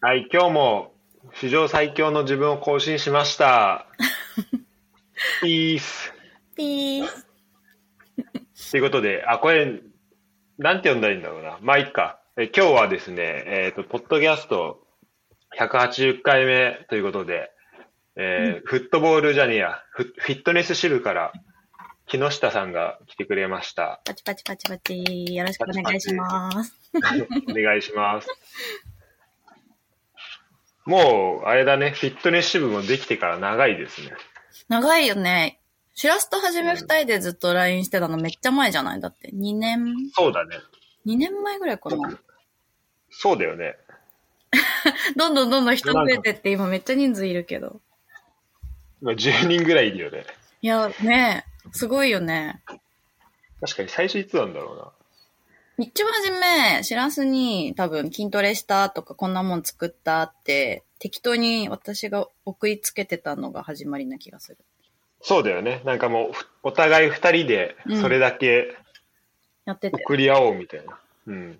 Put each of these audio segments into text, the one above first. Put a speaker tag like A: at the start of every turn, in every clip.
A: はい、今日も史上最強の自分を更新しました。ピース。
B: ピース。
A: ということで、あ、これ、なんて呼んだらいいんだろうな。まあ、いっか。え今日はですね、えっ、と、ポッドキャスト180回目ということで、えーフットボールジャニア、フフィットネス支部から、木下さんが来てくれました。
B: パチパチパチパチ。よろしくお願いします。
A: お願いします。もう、あれだね、フィットネス支部もできてから長いですね。
B: 長いよね。しらすとはじ
A: う
B: め
A: ん
B: 二人でずっと LINE してたのめっちゃ前じゃないだって。2年、
A: そうだね。
B: 2年前ぐらいかな。
A: そうだよね。
B: どんどんどんどん人増えてって今めっちゃ人数いるけど。
A: まあ10人ぐらいいるよね。
B: いや、ねえ、すごいよね。
A: 確かに最初いつなんだろうな。
B: 一番初め、しらすに多分筋トレしたとかこんなもん作ったって適当に私が送りつけてたのが始まりな気がする。
A: そうだよね。なんかもう、ふお互い二人で
B: うん
A: それだけ
B: やってて。
A: 送り合おうみたいな。うん。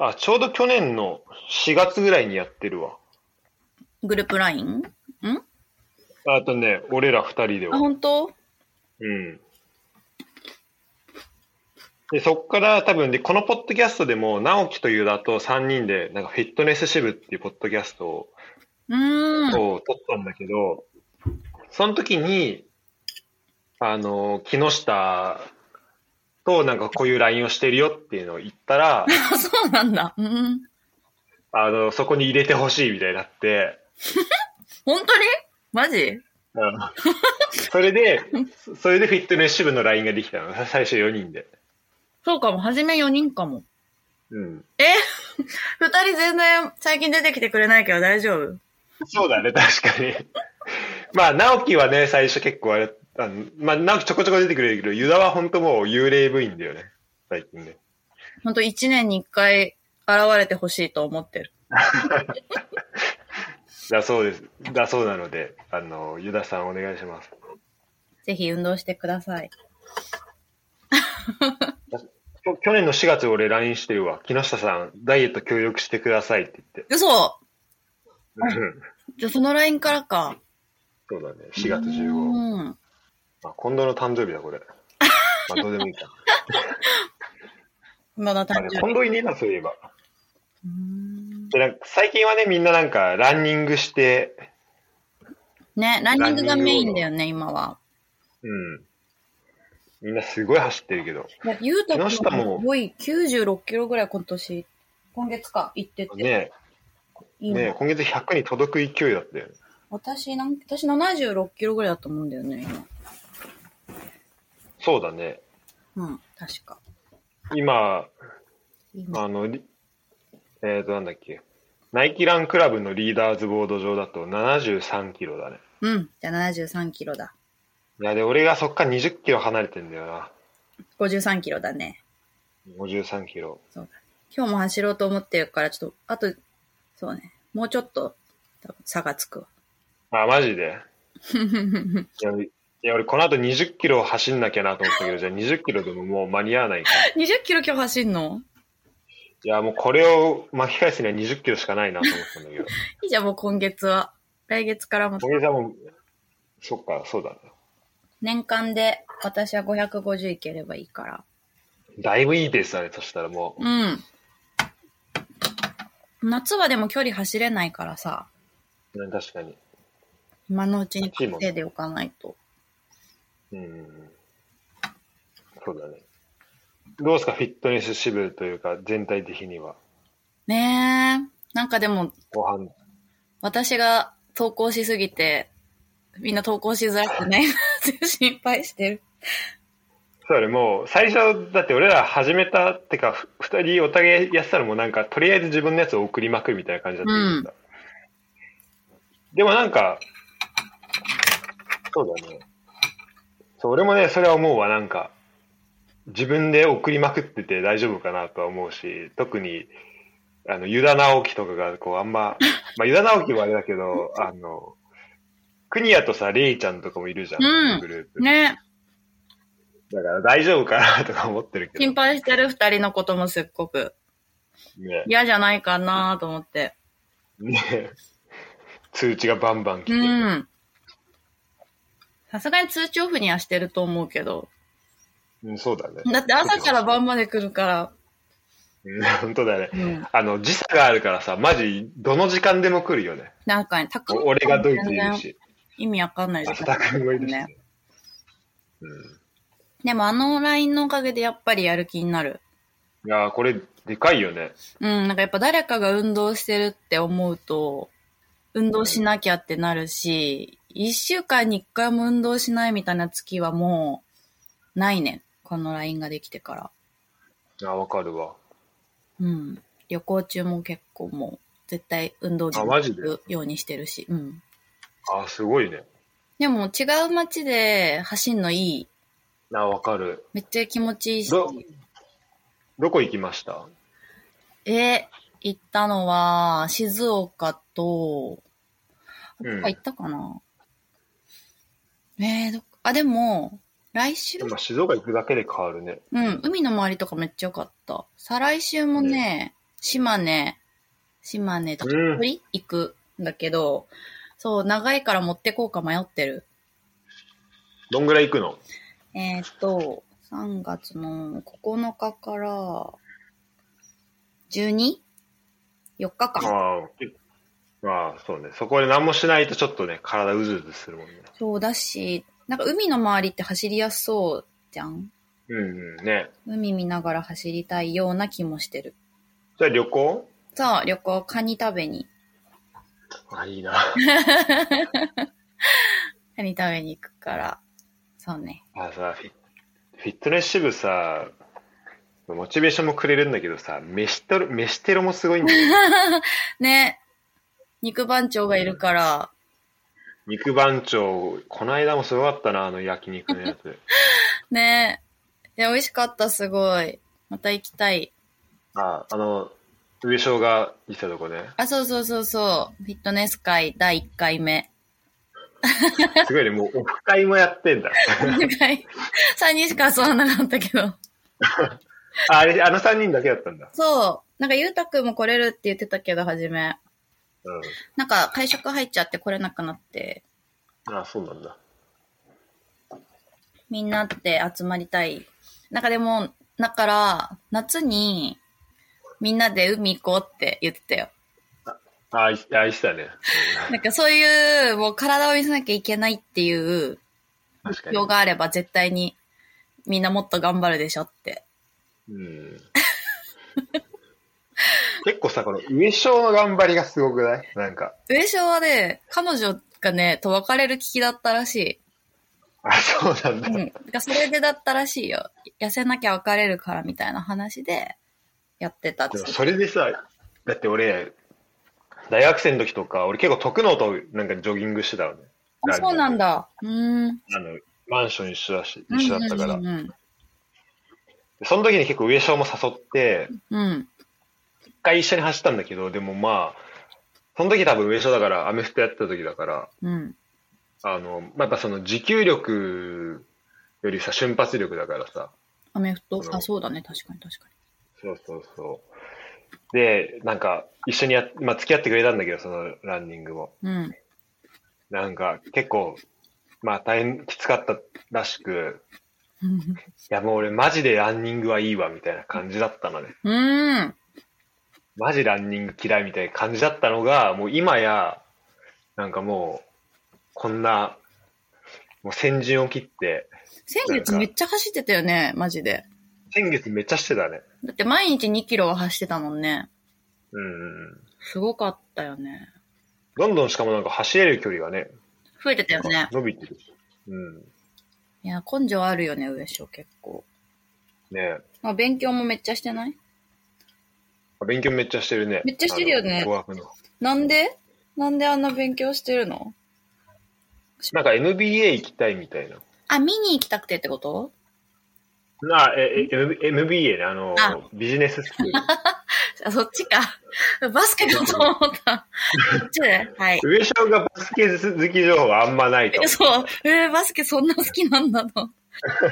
A: あ、ちょうど去年の4月ぐらいにやってるわ。
B: グループ LINE?
A: あとね、俺ら二人で
B: あ、
A: は。
B: 本当
A: うん。で、そっから多分で、このポッドキャストでも、直樹というだと3人で、なんかフィットネス支部っていうポッドキャストを
B: うーん。
A: そう、撮ったんだけど、その時に、あの、木下となんかこういう LINE をしてるよっていうのを言った ら、
B: あ そうなんだ。うん。
A: あの、そこに入れてほしいみたいになって、
B: 本当にマジ
A: あの それで、それでフィットネス支部の LINE ができたの。さ最初4人で。
B: そうかも。はじめ4人かも。
A: うん。
B: 2人全然最近出てきてくれないけど大丈夫
A: そうだね、確かに。まあ、直樹はね、最初結構あれ、あのまあ、直樹ちょこちょこ出てくれるけど、ユダは本当もう幽霊部員だよね。最近ね。
B: 本当1年に1回現れてほしいと思ってる。
A: だそうです。だそうなので、あの、ユダさんお願いします。
B: ぜひ運動してください。
A: きょ去年の4月俺 LINE してるわ。木下さん、ダイエット協力してくださいって言って。
B: 嘘
A: うん
B: じゃあその LINE からか。
A: そうだね。4月15日。
B: うん。
A: あ、近藤の誕生日だ、これ。まあ、どうでもいいか。
B: まだ
A: あ
B: 誕
A: れ
B: 生
A: 近
B: 日。
A: 藤いねえな、そういえば。
B: うーん
A: でなんか最近はね、みんななんか、ランニングして、
B: ね、ランニングがメインだよね、今は。
A: うん。みんなすごい走ってるけど。
B: いや、ゆうたくん
A: 木下も
B: すごい96キロぐらい今年、今月か、行ってて。
A: ね
B: い
A: え、
B: いな
A: ねえ今月100に届く勢いだったよね。
B: 私なん、私76キロぐらいだと思うんだよね、今。
A: そうだね。
B: うん、確か。
A: 今、
B: 今
A: あの、リえっ、と、なんだっけ。ナイキランクラブのリーダーズボード上だと73キロだね。
B: うん、じゃあ73キロだ。
A: いや、で、俺がそっから20キロ離れてんだよな。
B: 53キロだね。
A: 53キロ。
B: 今日も走ろうと思ってるから、ちょっと、あと、そうね、もうちょっと、多分差がつくわ。
A: あ、マジで。いや、いや俺この後20キロ走んなきゃなと思ったけど、じゃあ20キロでももう間に合わないから。い
B: 20キロ今日走んの
A: や、もうこれを巻き返すには20キロしかないなと思ったんだけど。
B: いいじゃん、もう今月は。来月からも。
A: 小木さんも、そっか、そうだね。
B: 年間で私は550いければいいから。
A: だいぶいいペースだね、そしたらもう。
B: うん。夏はでも距離走れないからさ、
A: うん確かに。
B: 今のうちに稼いでおかないと。
A: うんうんうんそうだね。どうですか、フィットネス支部というか、全体的には。
B: ねえ。なんかでも、
A: ご飯。
B: 私が投稿しすぎて、みんな投稿しづらくないなって 心配してる。
A: そうだね、もう、最初、だって俺ら始めたってか、ふ二人お互いやってたらもうなんか、とりあえず自分のやつを送りまくるみたいな感じだったじゃないですか。でもなんか、そうだね。そう、俺もね、それは思うわ、なんか、自分で送りまくってて大丈夫かなとは思うし、特に、あの、ユダ直樹とかが、こう、あんま、まあ、ユダ直樹はあれだけど、あの、クニアとさ、レイちゃんとかもいるじゃん、
B: うん
A: グループ。
B: ね
A: だから大丈夫かなとか思ってるけど
B: 心。配してる二人のこともすっごく
A: ね、
B: 嫌じゃないかなと思って。
A: ね、通知がバンバン来て、
B: うん。さすがに通知オフにはしてると思うけど。
A: うんそうだね。
B: だって朝から晩まで来るから。
A: うん本当だね。
B: うん。
A: あの、時差があるからさ、マジ、どの時間でも来るよね。
B: なんかね、たく
A: お俺がドイツにいるし、
B: 意味わかんないじゃん
A: 浅田君もいるし、ね。
B: でもあの LINE のおかげでやっぱりやる気になる。
A: いやーこれ、でかいよね。
B: うん、なんかやっぱ誰かが運動してるって思うと、運動しなきゃってなるし、一週間に一回も運動しないみたいな月はもう、ないね。この LINE ができてから。
A: あ、わかるわ。
B: うん。旅行中も結構もう、絶対運動着
A: あマジで
B: るようにしてるし。うん。
A: あ、すごいね。
B: でも違う街で走んのいい。
A: あ、わかる。
B: めっちゃ気持ちいいし。
A: どどこ行きました
B: え、行ったのは、静岡と、
A: う
B: どっ
A: ん
B: か行ったかな、えーどっかあ、でも、来週
A: 今、静岡行くだけで変わるね。
B: うん、海の周りとかめっちゃよかった。再来週もね、島根、島根とか、
A: うん
B: 鳥行くんだけど、そう、長いから持ってこうか迷ってる。
A: どんぐらい行くの
B: えーっと、3月の9日から、12?4 日間。
A: ああ、まあ、そうね。そこで何もしないとちょっとね、体うずうずするもんね。
B: そうだし、なんか海の周りって走りやすそうじゃん
A: うん、うん、ね。
B: 海見ながら走りたいような気もしてる。
A: じゃあ旅行
B: さあ、旅行、カニ食べに。
A: あ、いいな。
B: カニ食べに行くから。そうね。
A: あさフィ、フィットネス支部さ、モチベーションもくれるんだけどさ、飯テロ、飯テロもすごいんだ よ。
B: ね。肉番長がいるから、
A: 肉番長、この間もすごかったな、あの焼肉のやつ。
B: ね。いや、美味しかった、すごい。また行きたい。
A: あ、あの、上昇がいたとこね。
B: あ、そうそうそうそう。フィットネス会第1回目。
A: すごいね、もうオフ会もやってんだ。
B: 3人し か遊ばなかったけど。
A: ああれ、あの3人だけだったんだ。
B: そう。なんか、ゆうたくんも来れるって言ってたけど、はじめ。
A: う
B: なんか会食入っちゃって来れなくなって、
A: ん。あそうなんだ。
B: みんなって集まりたい。なんかでも、だから、夏に、みんなで海行こうって言ってたよ。
A: あ、いあ、いてたね。
B: なんかそういう、もう体を見せなきゃいけないっていう、
A: うん確か
B: 目標
A: に。
B: があれば絶対に、みんなもっと頑張るでしょって。
A: うん。結構さ、この上昇の頑張りがすごくないなんか。
B: 上昇はね、彼女がね、と別れる気だったらしい。
A: あ、そうなんだ。
B: うん。なんかそれでだったらしいよ。痩せなきゃ別れるからみたいな話で、やってたっ
A: で
B: つっ
A: も
B: て
A: それでさ、だって俺、大学生の時とか、俺結構徳能となんかジョギングしてたのね。
B: あ、そうなんだ。うーん。
A: あの、マンション一緒だし、一緒だったから。
B: うんうん
A: その時に結構上昇も誘って、
B: うんうん。
A: 一回一緒に走ったんだけど、でもまあ、その時多分上昇だから、アメフトやってた時だから、
B: うん。うん
A: あの、まあ、やっぱその持久力よりさ、瞬発力だからさ、
B: アメフト
A: その
B: あ、そうだね。確かに確か
A: そうそうそう。で、なんか、一緒にやっ、まあ、付き合ってくれたんだけど、そのランニングも。
B: に。うん。
A: なんか、結構、まあ、大変きつかったらしく、いや、もう俺マジでランニングはいいわ、みたいな感じだったのね。
B: うーん。
A: マジランニング嫌いみたいな感じだったのが、もう今や、なんかもう、こんな、もう先陣を切って、
B: 先月めっちゃ走ってたよね。マジで。
A: 先月めっちゃしてたね。
B: だって毎日2キロは走ってたもんね。
A: うんうんうん。
B: すごかったよね。
A: どんどんしかもなんか走れる距離がね、
B: 増えてたよね。
A: 伸びてるし。うん。
B: いや、根性あるよね、上昇結構。
A: ね
B: まあ、勉強もめっちゃしてない
A: え勉強めっちゃしてるね。
B: めっちゃしてるよね
A: あの語学の。
B: なんでなんであんな勉強してるの
A: なんか NBA 行きたいみたいな。
B: あ、見に行きたくてってこと
A: なあ、え、え M- MBA ね、あの
B: あ、
A: ビジネススクール。
B: あ、そっちか。バスケかと思った。そっちではい。
A: 上昇がバスケ好き情報はあんまないと
B: え。 そう。えー、バスケそんな好きなんだと。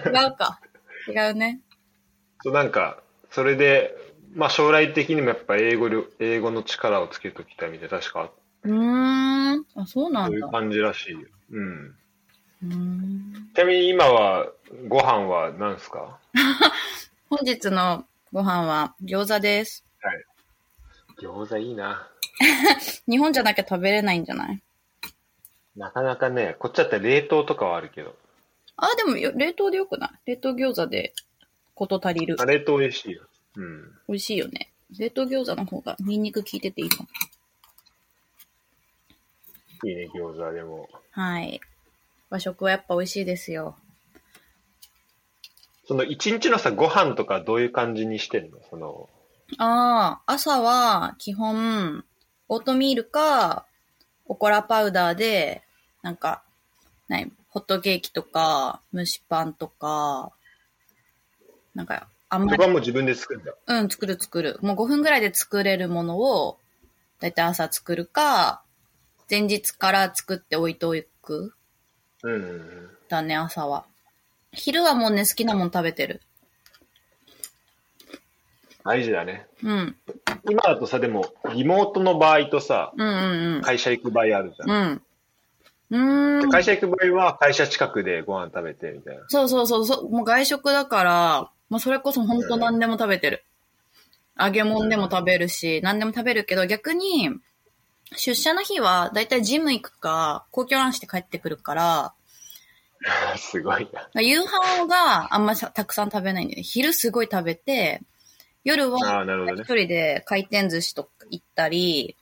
B: 違うか。違うね。
A: そう、なんか、それで、まあ将来的にもやっぱ英語力、英語の力をつけときたいみたいな、確か、
B: うーん。あ、そうな
A: そうんいう
B: だ。
A: 感じらしいよ。うん。
B: うーん
A: ちなみに今は、ご飯は何すか
B: 本日のご飯は餃子です。
A: 餃子いいな。
B: 日本じゃなきゃ食べれないんじゃない
A: なかなかね、こっちだったら冷凍とかはあるけど。
B: あ、でもよ冷凍でよくない冷凍餃子でこと足りる
A: あ。冷凍美味しいよ。うん。
B: 美味しいよね。冷凍餃子の方がニンニク効いてていいかも。
A: いいね、餃子でも。
B: はい。和食はやっぱ美味しいですよ。
A: その一日のさ、ご飯とかどういう感じにしてんのその、
B: ああ、朝は基本、オートミールか、おこらパウダーで、なんか、ない、ホットケーキとか、蒸しパンとか、なんか、あんま
A: 僕
B: り、
A: はもう自分で作るんだ。
B: うん、作る作る。もう5分ぐらいで作れるものを、だいたい朝作るか、前日から作って置いておく。
A: うんうんうん。
B: だね、朝は。昼はもうね、好きなもん食べてる。
A: 大事だね。
B: うん。
A: 今だとさ、でも、リモートの場合とさ、
B: うんうん
A: 会社行く場合あるじゃ。
B: うんん。うん。うーん。
A: 会社行く場合は、会社近くでご飯食べてみたいな。
B: そうそうそうそう、もう外食だから、もうそれこそ本当何でも食べてる。揚げ物でも食べるし、何でも食べるけど、逆に、出社の日は、だいたいジム行くか、公共ランして帰ってくるから、
A: すごいな。
B: 夕飯があんまさたくさん食べないんだよね。昼すごい食べて、夜
A: あ
B: は
A: あ、なるほど
B: 一
A: ね。
B: 人で回転寿司とか行ったり、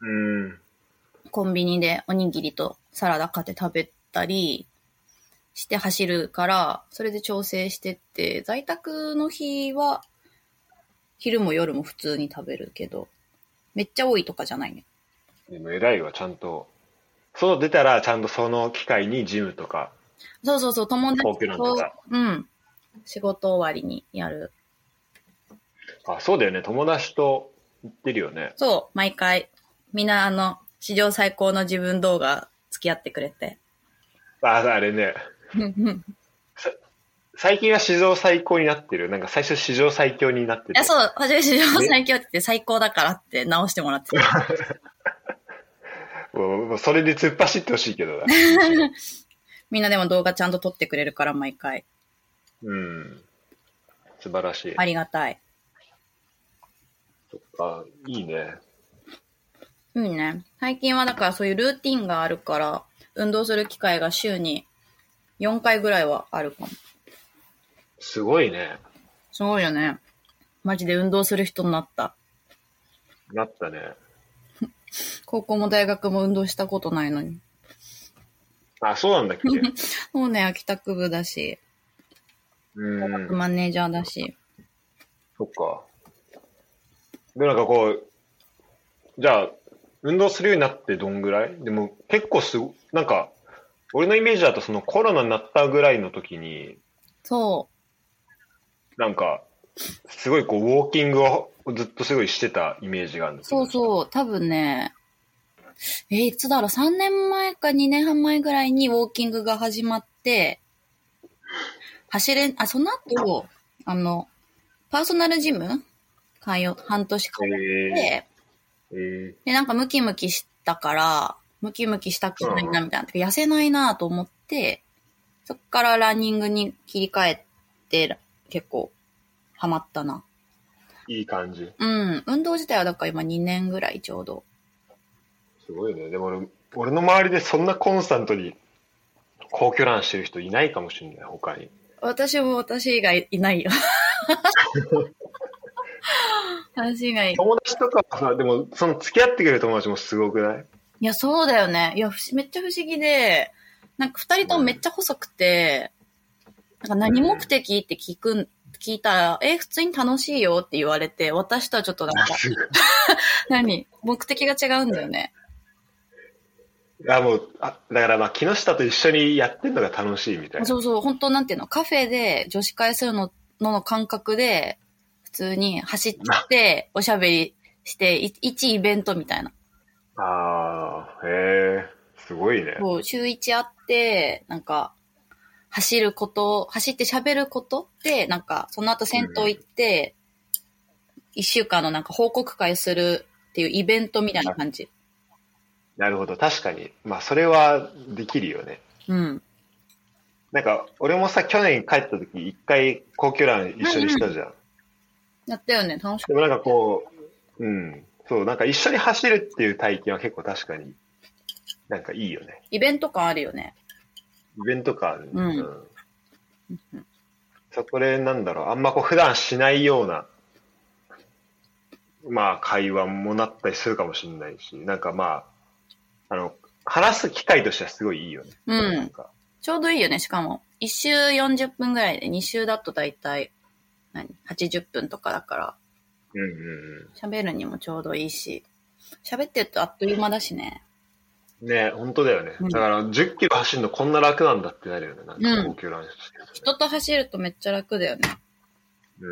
A: うん。
B: コンビニでおにぎりとサラダ買って食べたりして走るから、それで調整してって、在宅の日は昼も夜も普通に食べるけど、めっちゃ多いとかじゃないね。
A: でも偉いわ、ちゃんと。そう出たら、ちゃんとその機会にジムとか。
B: そうそうそう、友達
A: 東京なん
B: と
A: だ、
B: うん、仕事終わりにやる。
A: あ、そうだよね。友達と行ってるよね。
B: そう、毎回、みんなあの、史上最高の自分動画付き合ってくれ て。
A: あ、あれね。最近は史上最高になってる。なんか最初史上最強になって
B: いや、
A: る。
B: そう、初め史上最強って言って最高だからって直してもらってた。
A: もうもうそれで突っ走ってほしいけどな。
B: みんなでも動画ちゃんと撮ってくれるから、毎回。
A: うん。素晴らしい。
B: ありがたい。
A: あ、いいね。
B: いいね。最近はだからそういうルーティンがあるから、運動する機会が週に4回ぐらいはあるかも。
A: すごいね。
B: すごいよね。マジで運動する人になった。
A: なったね。
B: 高校も大学も運動したことないのに。
A: あ、そうなんだ っけ。
B: そうね、秋田区部だし、
A: うん。
B: マネージャーだし。
A: そっか。で、なんかこう、じゃあ、運動するようになってどんぐらいでも結構すご、なんか、俺のイメージだとそのコロナになったぐらいの時に、
B: そ
A: なんか、すごいこう、ウォーキングをずっとすごいしてたイメージがあるん
B: う、
A: です
B: そうそう、多分ね、えーいつだろう、3年前か2年半前ぐらいにウォーキングが始まって、走れん、あ、その後、あの、パーソナルジム通う、半年間
A: へ
B: で、
A: えー。
B: で、なんかムキムキしたから、ムキムキしたくないなみたいな、痩せないなと思って、そっからランニングに切り替えて、結構、ハマったな。
A: いい感じ。
B: うん。運動自体はだから今2年ぐらいちょうど。
A: すごいね。でも俺、俺の周りでそんなコンスタントに皇居ランしてる人いないかもしれない、他に。
B: 私も私以外いないよ。私以外。い
A: 友達とかはさ、でも、その付き合ってくれる友達もすごく ない
B: や、そうだよね。いや、不思めっちゃ不思議で、なんか二人ともめっちゃ細くて、なんか何目的って聞くん、聞いたら、え、普通に楽しいよって言われて、私とはちょっ となんか、
A: すごい
B: 何目的が違うんだよね。
A: あ、もう、あだからまあ、木下と一緒にやってんのが楽しいみたいな。
B: そうそう、本当なんていうの、カフェで女子会するののの感覚で、普通に走って、おしゃべりして、い一イベントみたいな。
A: ああ、へえ、すごいね。
B: そう、週一あって、なんか、走ること、走って喋ることって、なんか、その後銭湯行って、一週間のなんか報告会するっていうイベントみたいな感じ。
A: なるほど。確かに。まあ、それはできるよね。
B: うん。
A: なんか、俺もさ、去年帰った時、一回、高級ラン一緒にしたじゃん。
B: やったよね、楽しか
A: でもなんかこう、うん。そう、なんか一緒に走るっていう体験は結構確かに、なんかいいよね。
B: イベント感あるよね。
A: イベント感ある、
B: うん
A: うんそこで、なんだろう、あんまこう、普段しないような、まあ、会話もなったりするかもしれないし、なんかまあ、あの、話す機会としてはすごいいいよね。
B: うん
A: なんか
B: ちょうどいいよね、しかも。一周40分ぐらいで、二周だとだいたい、何 ?80 分とかだから、
A: うんうんうん。
B: 喋るにもちょうどいいし、喋ってるとあっという間だしね。
A: ね本当だよね。
B: うん
A: だから、10キロ走るのこんな楽なんだってなるよね。なん
B: う
A: か、
B: ん
A: 高級ランしてるとね
B: 人と走るとめっちゃ楽だよね。
A: う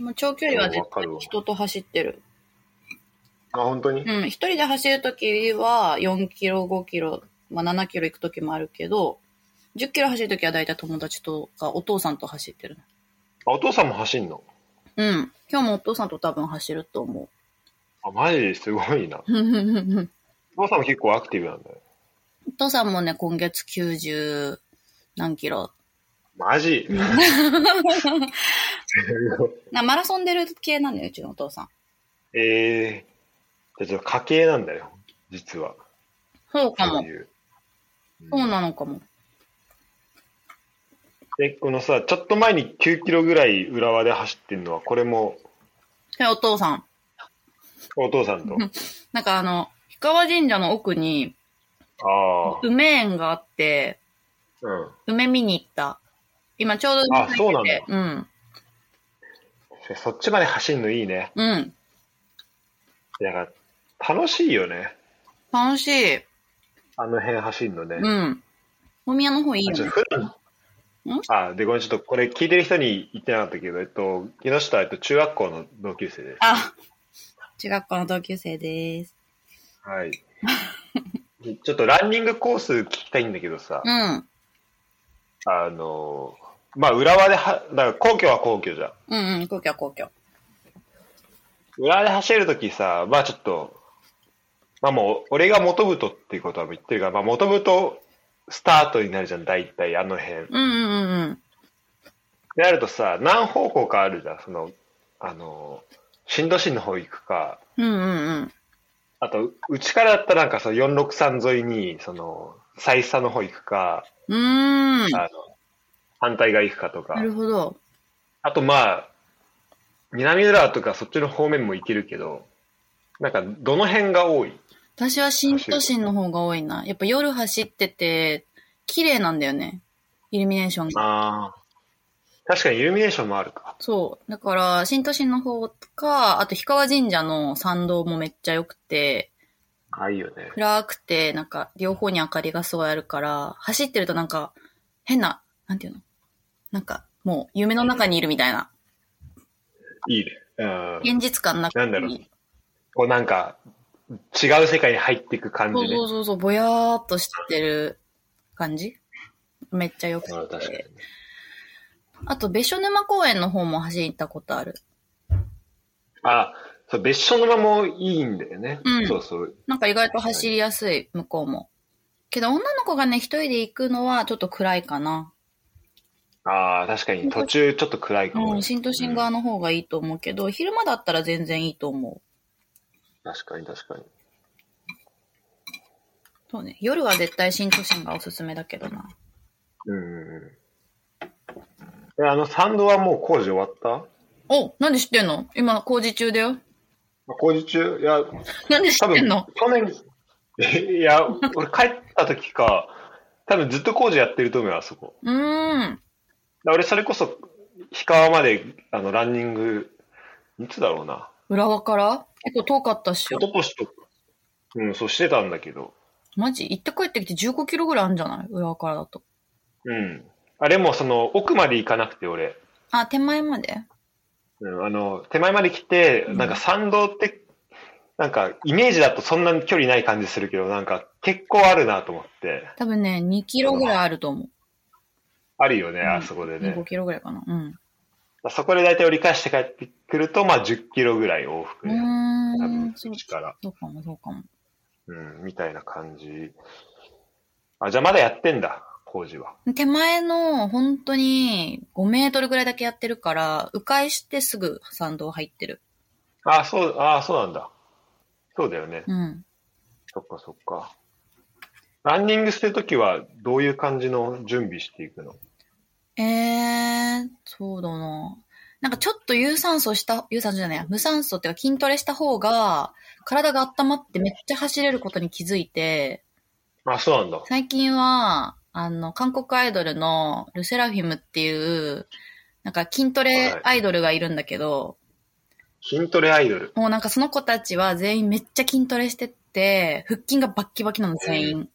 A: ん。
B: もう長距離は絶
A: わか
B: 対
A: るわ
B: 人と走ってる。
A: あ、本当に
B: うん、一人で走るときは4キロ、5キロ、まあ7キロ行くときもあるけど、10キロ走るときはだいたい友達とかお父さんと走ってる。
A: あ、お父さんも走んの
B: うん。今日もお父さんと多分走ると思
A: あ、マジですごいな。
B: う。
A: お父さんも結構アクティブなんだよ。
B: お父さんもね、今月90何キロ。
A: マジ
B: なマラソン出る系なんだよ、うちのお父さん。
A: ええー。じゃあちょっと家系なんだよ。実は。
B: そうか
A: そう
B: も。
A: いう。うん
B: そうなのかも。
A: で、このさ、ちょっと前に9キロぐらい浦和で走ってるのは、これも
B: でお父さん。
A: お父さんと。
B: なんかあの、氷川神社の奥に
A: ああ。
B: 梅園があって、
A: うん。
B: 梅見に行った。今ちょうど
A: あそうなんだ
B: 梅入っててうん。
A: そっちまで走るのいいね。
B: うん。
A: だから、楽しいよね。
B: 楽しい。
A: あの辺走るのね。
B: うん。大宮の方いいよ
A: あちょっ
B: ね
A: と。普段あ、で、ごめん、ちょっとこれ聞いてる人に言ってなかったけど、えっと、木下、えっと、中学校の同級生です。
B: あ、中学校の同級生です。
A: はい。 でちょっとランニングコース聞きたいんだけどさ
B: う、ん。
A: あの、まあ、浦和では、だから皇居は皇居じゃん。
B: うんうん。皇居は皇居。
A: 浦和で走るときさ、まあちょっと、まあもう、俺が元太っていうことは言ってるから、まあ元太スタートになるじゃん、大体あの辺。
B: うんうんうんうん。
A: であるとさ、何方向かあるじゃん、その、あの、新都心の方行くか、
B: うんうんうん。
A: あと、うちからだったらなんかその463沿いに、その、最差の方行くか、
B: うーん。
A: あの、反対側行くかとか
B: な、るほど。
A: あとまあ、南浦とかそっちの方面も行けるけど、なんかどの辺が多い
B: 私は新都心の方が多いな。やっぱ夜走ってて、綺麗なんだよね。イルミネーションが。
A: ああ。確かにイルミネーションもあるか。
B: そう。だから、新都心の方か、あと氷川神社の参道もめっちゃ良くて、
A: ああ、いいよね。
B: 暗くて、なんか、両方に明かりがすごいあるから、走ってるとなんか、変な、なんていうのなんか、もう、夢の中にいるみたいな。
A: いいね。うん。
B: 現実感なくて
A: なんだろうこうなんか、違う世界に入っていく感じ
B: そう
A: ね。
B: そうそうそう、ぼやーっとしてる感じめっちゃよ
A: うん確
B: く
A: かにね
B: て。。あと、別所沼公園の方も走ったことある。
A: あ、そう、別所の間もいいんだよね。
B: うん
A: そうそう。
B: なんか意外と走りやすい、向こうも。けど、女の子がね、一人で行くのはちょっと暗いかな。
A: ああ、確かに途中ちょっと暗いかも。
B: うん、新都心側の方がいいと思うけど、昼間だったら全然いいと思う。
A: 確かに確かに。
B: そうね。夜は絶対新都心がおすすめだけどな。
A: うんうんうん。え、あの、参道はもう工事終わった
B: おなんで知ってんの今工事中だよ。
A: 工事中いや、
B: なんで知
A: 多
B: って
A: 分、
B: んの
A: 去年、 いや、俺帰った時か、多分ずっと工事やってると思うよ、あそこ。
B: うーん。
A: だ俺、それこそ、氷川まで、あの、ランニング、いつだろうな。
B: 裏側から結構遠かったっしょ
A: 一。昨年とか、うん、そうしてたんだけど。
B: マジ行って帰ってきて15キロぐらいあるんじゃない裏側からだと。
A: うん。あれも、その、奥まで行かなくて、俺。
B: あ、手前まで
A: うん、あの、手前まで来て、
B: うん
A: なんか参道って、なんか、イメージだとそんな距離ない感じするけど、なんか、結構あるなと思って。
B: 多分ね、2キロぐらいあると思う。
A: あるよね、
B: うん
A: あそこで
B: 2、
A: ね
B: 5。キロぐらいかな。うん。
A: そこで大体折り返して帰ってくると、まあ10キロぐらい往復
B: う
A: ね。多
B: ー
A: 分
B: ん、そう
A: 力。
B: そうかも、そうかも。
A: うん、みたいな感じ。あ、じゃあまだやってんだ、工事は。
B: 手前の本当に5メートルぐらいだけやってるから、迂回してすぐ参道入ってる。
A: あ、そう、あ、そうなんだ。そうだよね。
B: うん。
A: そっかそっか。ランニングしてるときはどういう感じの準備していくの
B: えー、そうだな。なんかちょっと有酸素した、有酸素じゃないや、無酸素っていうか筋トレした方が、体が温まってめっちゃ走れることに気づいて、
A: あ、そうなんだ。
B: 最近は、あの、韓国アイドルのルセラフィムっていう、なんか筋トレアイドルがいるんだけど、
A: 筋トレアイドル。
B: もうなんかその子たちは全員めっちゃ筋トレしてって、腹筋がバッキバキなの全員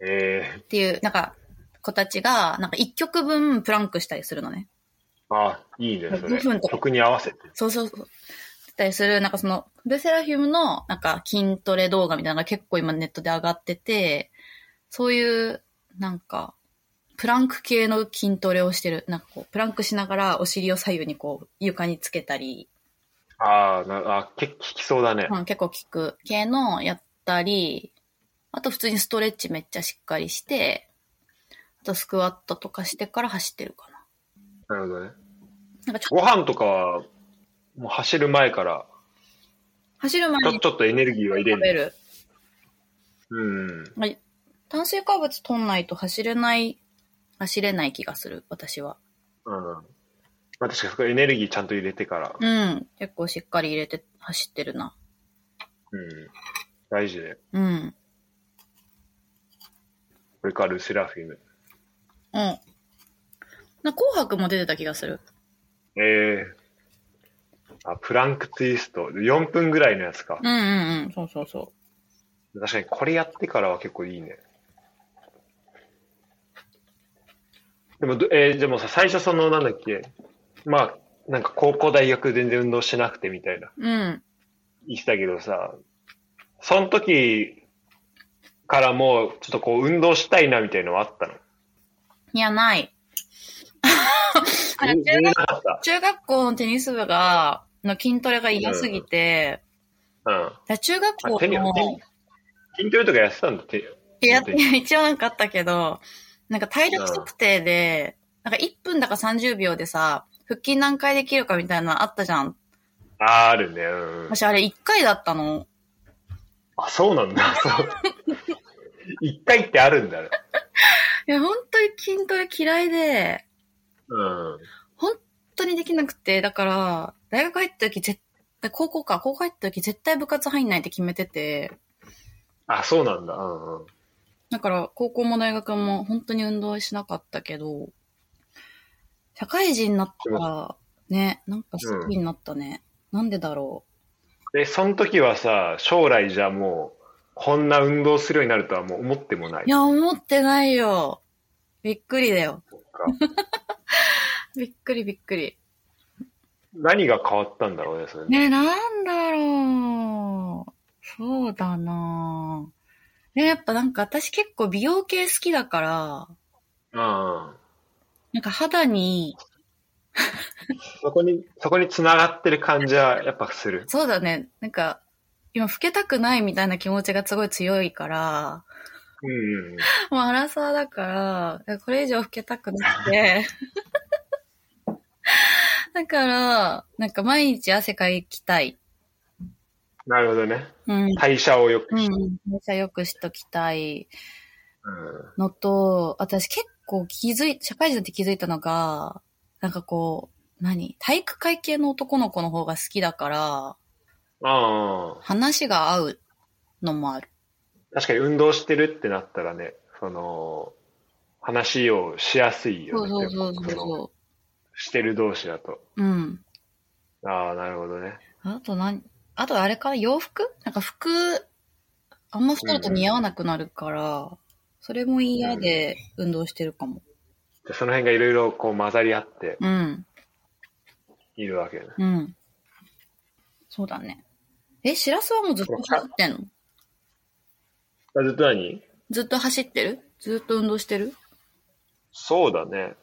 A: ええ
B: っていう、なんか子たちが、なんか1曲分プランクしたりするのね。
A: あ、いいね、それ
B: 5分と。か
A: 曲に合わせて。
B: そうそうそう。したりする、なんかその、ルセラフィムの、なんか筋トレ動画みたいなのが結構今ネットで上がってて、そういう、なんか、プランク系の筋トレをしてる。なんかこう、プランクしながらお尻を左右にこう、床につけたり、
A: あーなあ、け効きそうだね。
B: うん、結構効く系のやったり、あと普通にストレッチめっちゃしっかりして、あとスクワットとかしてから走ってるかな。
A: なるほどね。
B: なんかちょっと
A: ご飯とかは、もう走る前から、
B: 走る前
A: ちょ
B: に
A: ちょっとエネルギーは入れ
B: 食べ
A: る。
B: る。
A: うん。
B: まあ炭水化物取んないと走れない、走れない気がする、私は。
A: うん。まあ確かにそこエネルギーちゃんと入れてから。
B: うん。結構しっかり入れて走ってるな。
A: うん。大事ね。
B: うん。
A: これからルセラフィム。
B: うん。な紅白も出てた気がする。
A: ええあ、プランクツイスト。4分ぐらいのやつか
B: う。んうんうん。そうそうそ
A: 確かにこれやってからは結構いいね。でもど、えー、でもさ、最初その、なんだっけ、まあ、なんか高校大学全然運動しなくてみたいな
B: う。うん。
A: 言ってたけどさ、その時からもうちょっとこう運動したいなみたいのはあったの。
B: いや、 ない。あ中
A: 全然な
B: 学
A: かっ
B: 中学校のテニス部が、の筋トレが嫌すぎて、
A: た。うん。
B: だから中学校
A: あテニス
B: も、
A: 筋トレとかやってたんだって。
B: いや、 一応なんかあったけど、なんか体力測定で、なんか1分だか30秒でさ、腹筋何回できるかみたいなのあったじゃん。
A: あー、あるね。うん。
B: 私あれ1回だったの。
A: あ、そうなんだ。 そう。一回ってあるんだね。
B: いや、本当に筋トレ嫌いで、
A: うん。
B: 本当にできなくて、だから、大学入った時絶対、高校か、高校入った時絶対部活入んないって決めてて、
A: あ、そうなんだ。うんうん。
B: だから、高校も大学も本当に運動しなかったけど、社会人になったら、ね、なんか好きになったね。なんでだろ。
A: で、その時はさ、将来じゃもう、こんな運動するようになるとはもう思ってもないう
B: い。や、思ってないよ。びっくりだよ。
A: か
B: びっくりびっくり。
A: 何が変わったんだろうね、それね。
B: ね、なんだろう。そうだなぁ。ね、やっぱなんか私結構美容系好きだから、
A: うんうん。
B: なんか肌に、
A: そこに、そこに繋がってる感じはやっぱする。
B: そうだね、なんか、今老けたくないみたいな気持ちがすごい強いから、
A: うんうんうん。
B: もうアラサーだから、これ以上老けたくなくて。 だから、なんか毎日汗かきたい。
A: なるほどね。
B: うん。
A: 代謝を良
B: う
A: くして。
B: ん。めちゃよくしときたい。
A: うん。
B: のと、私結構気づい、社会人って気づいたのが、なんかこう、何体育会系の男の子の方が好きだから、
A: ああ。
B: 話が合うのもある。
A: 確かに運動してるってなったらね、その、話をしやすい
B: そ
A: よ
B: う
A: ね。
B: そうそう
A: やっぱの
B: そ
A: してる同士だと。
B: う。うん。
A: ああ、なるほどね。
B: あと何あとあれかな洋服なんか服、あんま太ると似合わなくなるから、それも嫌で運動してるかも。
A: でその辺がいろいろこう混ざり合って
B: うん。
A: いるわけね。
B: うん。そうだね。え、しらすはもうずっと走ってんの
A: あずっと何
B: ずっと走ってるずっと運動してる
A: そうだね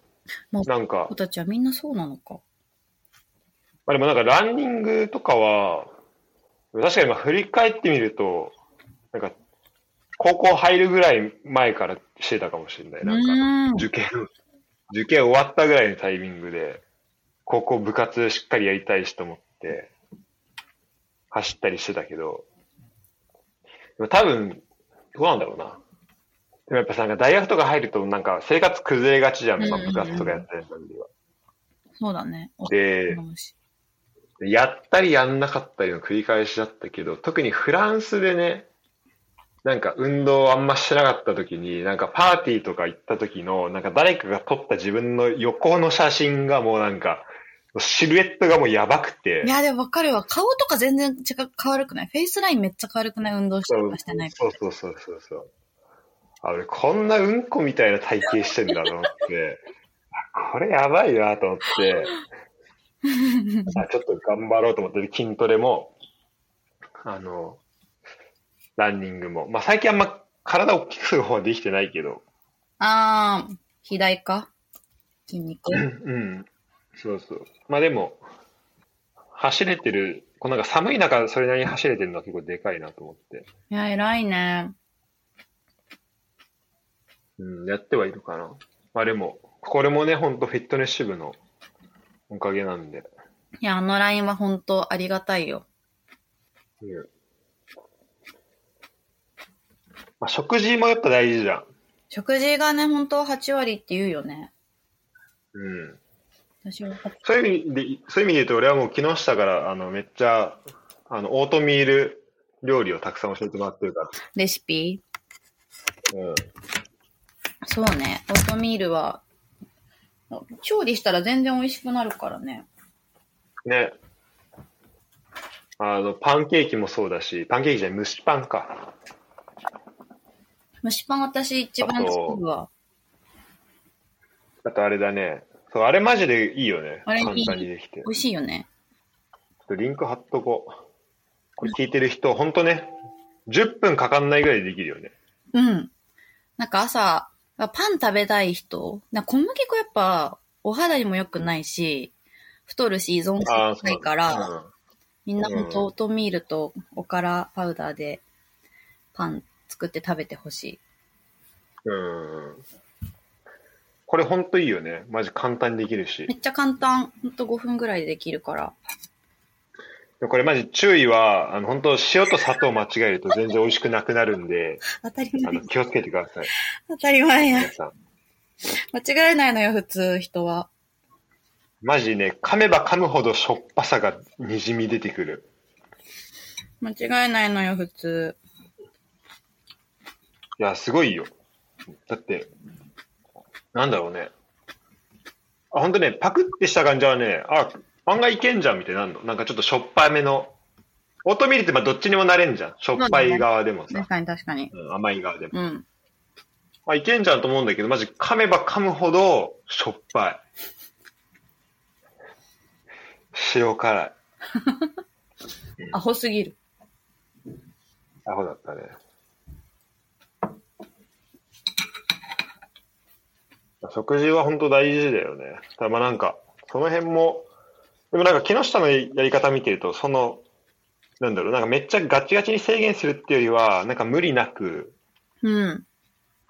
B: もう。
A: なんか
B: 子、たちはみんなそうなのか。
A: まあでもなんかランニングとかは、確かにまあ振り返ってみると、なんか、高校入るぐらい前からしてたかもしれない。なんか、
B: うん。
A: 受験、受験終わったぐらいのタイミングで、高校部活しっかりやりたいしと思って、走ったりしてたけど、でも多分、どうなんだろうな。でもやっぱさ、なんか大学とか入るとなんか生活崩れがちじゃん、まあ部活とかやってる限りは。
B: そうだね。お
A: で、やったりやんなかったりの繰り返しだったけど、特にフランスでね、なんか運動あんましてなかった時に、なんかパーティーとか行った時の、なんか誰かが撮った自分の横の写真がもうなんか、シルエットがもうやばくて
B: い。や、でもわかるわ。顔とか全然違う、変わるくないフェイスラインめっちゃ変わるくない運動して
A: そう
B: かしてないか
A: そうそうそうそうそう。あ、俺こんなうんこみたいな体型してんだと思って、あこれやばいなと思 って、あちょっと頑張ろうと思って、筋トレも、あの、ランニングも。まあ、最近あんま体大きくする方はできてないけど、
B: あー、肥大か筋 肉。
A: うん。そうそう。まあ、でも、走れてる、こうなんか寒い中、それなりに走れてるのは結構でかいなと思って。
B: いや、偉いね。
A: うん、やってはいるかな。まあ、でも、これもね、ほんとフィットネス支部のおかげなんで。
B: いや、あのラインは本当ありがたいよ。
A: うん。まあ、食事もやっぱ大事じゃん。
B: 食事がね、本当8割って言うよね。
A: うん。
B: 私は
A: そういう意味で、そういう意味で言うと、俺はもう木下から、あの、めっちゃ、あの、オートミール料理をたくさん教えてもらってるか
B: レシピ
A: ら。うん。
B: そうね。オートミールは、調理したら全然美味しくなるからね。
A: ね。あの、パンケーキもそうだし、パンケーキじゃない、蒸しパンか。
B: 蒸しパン私一番好きわ。
A: あとあれだね。そう、あれマジでいいよね。
B: あれいい
A: 簡単にできて。ち
B: 美
A: ょ
B: 味しいよね。
A: っとリンク貼っとこう。これ聞いてる人、ほんとね、10分かかんないぐらいでできるよね。
B: うん。なんか朝、パン食べたい人、なんか小麦粉やっぱお肌にも良くないし、太るし依存性
A: ああ、
B: 高いから、みんなほんとオートミールとおからパウダーでパン作って食べてほしい。
A: うん。うん。これほんといいよね。マジ簡単にできるし
B: め。っちゃ簡単。ほんと5分ぐらいでできるから。
A: でこれマジ注意は、あの、本当塩と砂糖間違えると全然美味しくなくなるんで、
B: 当たり
A: あの、。気をつけてください、
B: 当たり前や
A: 皆。さん。
B: 間違えないのよ、普通、人は。
A: マジね、噛めば噛むほどしょっぱさが滲み出てくる。
B: 間違えないのよ、普通。
A: いや、すごいよ。だって、なんだろうね。あ、ほんとね、パクってした感じはね、あ、案外いけんじゃんみたいになるの。なんかちょっとしょっぱめの。オートミールってまあどっちにもなれんじゃん。しょっぱい側でもさ
B: 確、かに確かに。
A: うん、甘い側でも。
B: うん。
A: まあ、いけんじゃんと思うんだけど、マジ噛めば噛むほどしょっぱい。塩辛い。
B: アホすぎる。
A: アホだったね。食事は本当大事だよね。ただまあなんか、その辺も、でもなんか木下のやり方見てると、その、なんだろう、なんかめっちゃガチガチに制限するっていうよりは、なんか無理なく、
B: うん。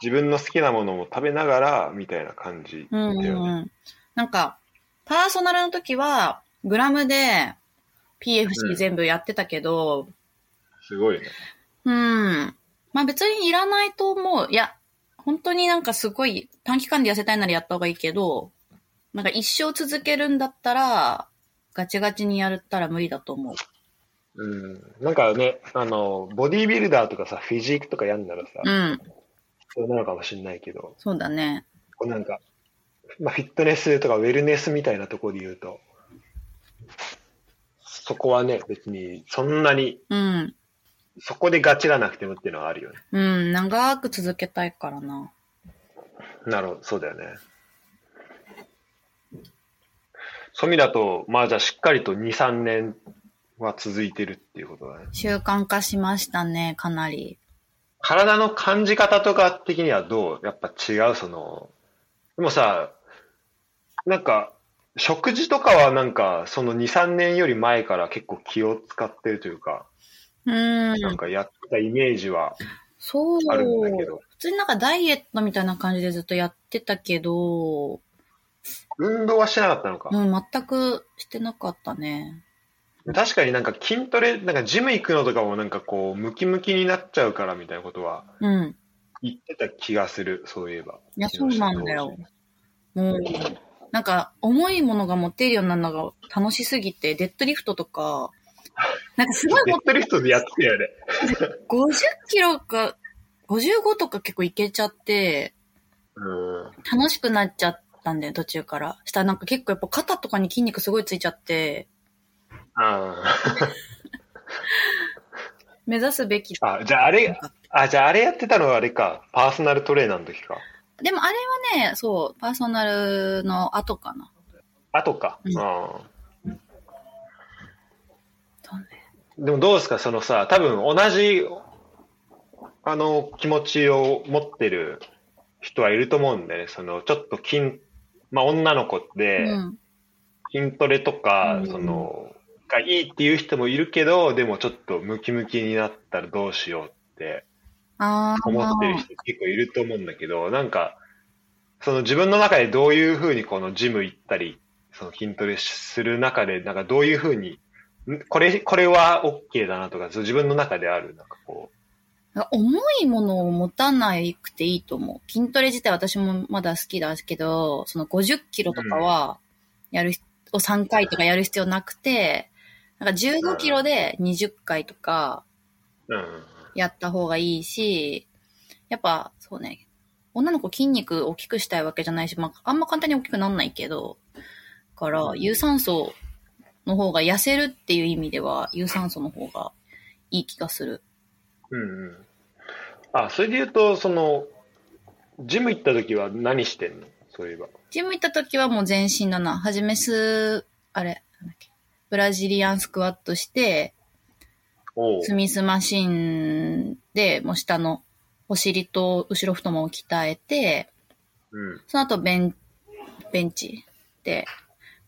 A: 自分の好きなものを食べながら、みたいな感じ
B: う
A: だよ
B: ん、
A: ね。
B: うん。なんか、パーソナルの時は、グラムで PFC 全部やってたけど、
A: すごいね。
B: うん。まあ別にいらないと思う。いや、本当になんかすごい短期間で痩せたいならやった方がいいけど、なんか一生続けるんだったら、ガチガチにやったら無理だと思う。
A: うん、なんかね、あの、ボディービルダーとかさ、フィジークとかやんならさ、
B: うん。
A: そうなのかもしれないけど、
B: そうだね。
A: こうなんか、まあ、フィットネスとかウェルネスみたいなところで言うと、そこはね、別にそんなに、
B: うん。
A: そこでガチがなくてもっていうのはあるよね。
B: うん、長く続けたいからな。
A: なるほど、そうだよね。そういう意味だと、まあじゃあしっかりと2、3年は続いてるっていうことだね。
B: 習慣化しましたね、かなり。
A: 体の感じ方とか的にはどうやっぱ違うその、でもさ、なんか、食事とかはなんか、その2、3年より前から結構気を使ってるというか、
B: うん。
A: なんかやったイメージは
B: そう。
A: あるんだけど。
B: 普通になんかダイエットみたいな感じでずっとやってたけど、
A: 運動はしてなかったのか。
B: うん、全くしてなかったね。
A: 確かになんか筋トレ、なんかジム行くのとかもなんかこう、ムキムキになっちゃうからみたいなことは
B: うん。
A: 言ってた気がする、そういえば。
B: いや、そうなんだよ。もう
A: 木下投手。
B: なんか、重いものが持てるようになるのが楽しすぎて、デッドリフトとか、なんかすごい
A: デ
B: こ
A: ッドリフトでやってたよね。
B: と、50キロか、55とか結構いけちゃって、
A: うん。
B: 楽しくなっちゃったんだよ、途中から。したらなんか結構やっぱ肩とかに筋肉すごいついちゃって、
A: あ
B: 目指すべき
A: ーあ、じゃああれ、
B: か
A: あ、じゃああれやってたのはあれか。パーソナルトレーナーの時か。
B: でもあれはね、そう、パーソナルの後かな。
A: 後か。
B: うん
A: あ
B: そうね
A: ーでもどうですか、そのさ、多分同じ、あの、気持ちを持ってる人はいると思うんだよね。その、ちょっと筋、まあ女の子って、
B: うん。
A: 筋トレとか、
B: うん
A: その、がいいっていう人もいるけど、でもちょっとムキムキになったらどうしようって
B: ああ。
A: 思ってる人結構いると思うんだけど、なんか、その自分の中でどういうふうにこのジム行ったり、その筋トレする中で、なんかどういうふうに、んこれ、これは OK だなとか、そう自分の中である、なんかこ
B: 重いものを持たなくていいと思う。筋トレ自体私もまだ好きだけど、その50キロとかは、やる、を3回とかやる必要なくて、なんか15キロで20回とか
A: う、うん。
B: やった方がいいし、やっぱそうね、女の子筋肉大きくしたいわけじゃないし、まあ、あんま簡単に大きくなんないけど、だから有酸素の方が痩せるっていう意味では、有酸素の方がいい気がする。
A: うんうん。あ、それで言うと、その、ジム行った時は何してんのそういえば。
B: ジム行った時はもう全身だな。はじめす、あれ、なんだっけ。ブラジリアンスクワットして、
A: おう
B: スミスマシンで、もう下のお尻と後ろ太ももを鍛えて、
A: うん。
B: その後ベン、ベンチで、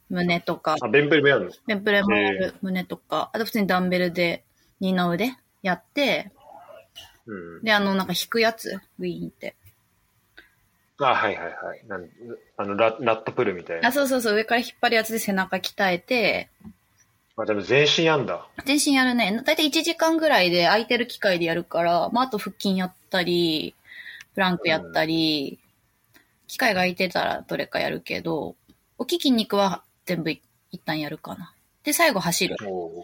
B: 胸とか、
A: あ、ベンプリもやるの
B: ベンプレもやる胸とか、あと普通にダンベルで二の腕やって、
A: うん。
B: で、あの、なんか引くやつ、ウィーンって。
A: あ、はいはいはい。なんあのラ、ラットプルみたい
B: あ、
A: な。
B: そうそうそう、上から引っ張るやつで背中鍛えて、
A: まあ、でも全身やんだ。
B: 全身やるね。だいたい1時間ぐらいで空いてる機会でやるから、まあ、あと腹筋やったり、プランクやったり、機会が空いてたらどれかやるけど、大きい筋肉は全部い一旦やるかな。で、最後走る。
A: おう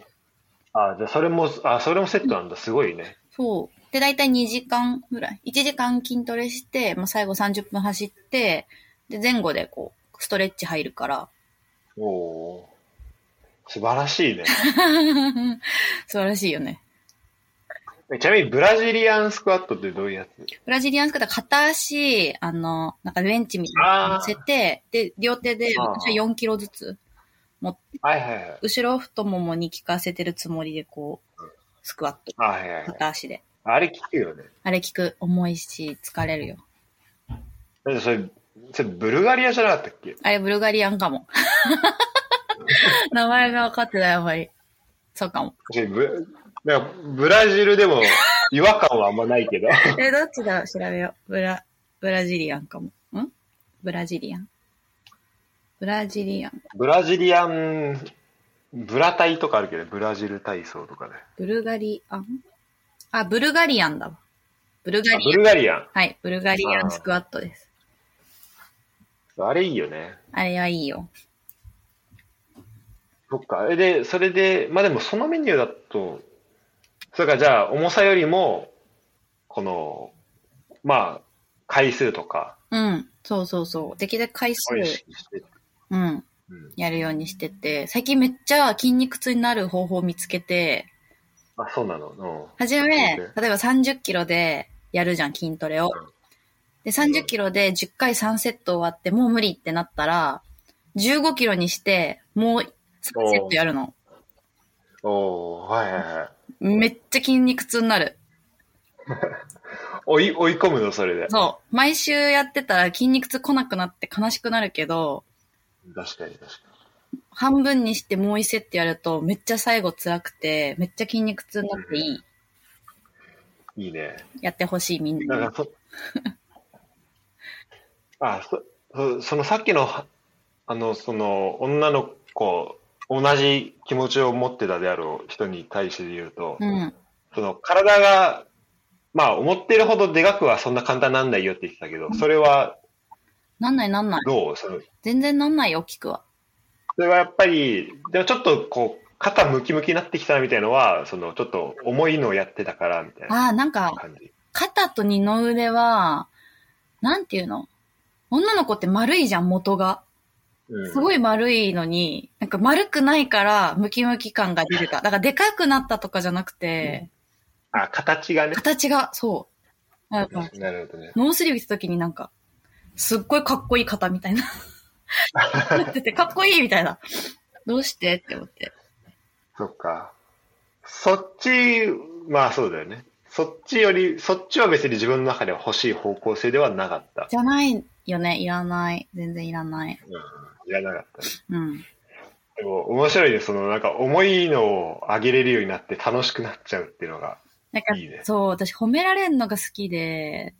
A: あ、じゃあそれも、あ、それもセットなんだ。すごいね。
B: そう。で、だいたい2時間ぐらい。1時間筋トレして、まあ、最後30分走って、で、前後でこう、ストレッチ入るから。
A: おおう素晴らしいね。
B: 素晴らしいよね。
A: えちなみにブラジリアンスクワットってどういうやつ
B: ブラジリアンスクワットは片足、あの、なんかベンチみたいなの乗せて、で、両手で、
A: あー
B: 私は4キロずつ、
A: はいはいはい。
B: 後ろ太ももに効かせてるつもりで、こう、スクワット、
A: あ、はいはいはい。
B: 片足で。
A: あれ聞くよね。
B: あれ効く、重いし、疲れるよ。
A: だってそれ、それブルガリアじゃなかったっけ
B: あれ、ブルガリアンかも。 名前が分かってない、あんまり。そうかも。
A: それブなんかブラジルでも 違和感はあんまないけど。
B: え、どっちだろう調べよう。ブラ、ブラジリアンかも。んブラジリアン。ブラジリアン。
A: ブラジリアン、ブラ体とかあるけど、ブラジル体操とかね。
B: ブルガリアンあ、ブルガリアンだわ。ブルガ
A: あ
B: リアン
A: ブ。ルガリアン。
B: はい、ブルガリアンスクワットです。
A: あれいいよね。
B: あれはいいよ。
A: そっか。えで、それで、まあでもそのメニューだと、それからじゃあ重さよりも、この、まあ、回数とか、
B: うん、そうそうそう。できるだけ回数
A: を、意識して、
B: うん、
A: うん。
B: やるようにしてて、最近めっちゃ筋肉痛になる方法を見つけて、
A: あ、そうなの。
B: はじめ、例え
A: う
B: ば30キロでやるじゃん、筋トレを
A: うん。
B: で、30キロで10回3セット終わって、もう無理ってなったら、15キロにして、もう3セットやるの。
A: うん。おー、はいはいはい。
B: めっちゃ筋肉痛になる。
A: 追い、追い込むの、それで。
B: そう。毎週やってたら筋肉痛来なくなって悲しくなるけど、
A: 確かに確かに。
B: 半分にしてもう一セットやると、めっちゃ最後辛くて、めっちゃ筋肉痛になっていい。
A: いいね。
B: やってほしい、みんな
A: な
B: に
A: ん。 かそ、あ、そ、そそのさっきの、あの、その、女の子、同じ気持ちを持ってたであろう人に対して言うと、
B: うん。
A: その体が、まあ思ってるほどでかくはそんな簡単なんないよって言ってたけど、それは
B: なんないなんない。
A: どうその
B: 全然なんないよ、聞くは。
A: それはやっぱり、でもちょっとこう、肩ムキムキになってきたみたいのは、そのちょっと重いのをやってたからみたいな
B: ああ、なんか、
A: 感じ。
B: 肩と二の腕は、なんていうの女の子って丸いじゃん、元が。
A: うん
B: すごい丸いのに、なんか丸くないからムキムキ感が出てた。だからでかくなったとかじゃなくて、
A: あ、形がね。
B: 形が、そう。なんか
A: なるほどね。
B: ノースリーブ着た時になんか、すっごいかっこいい肩みた いな。なってて、かっこいいみたいな。どうしてって思って。
A: そっか。そっち、まあそうだよね。そっちより、そっちは別に自分の中では欲しい方向性ではなかった。
B: じゃないよね。いらない。全然いらない。
A: いや、なかった。
B: うん。
A: でも面白いね。そのなんか重いのを上げれるようになって楽しくなっちゃうっていうのが。
B: なんか、
A: いいね
B: そう、私褒められるのが好きで、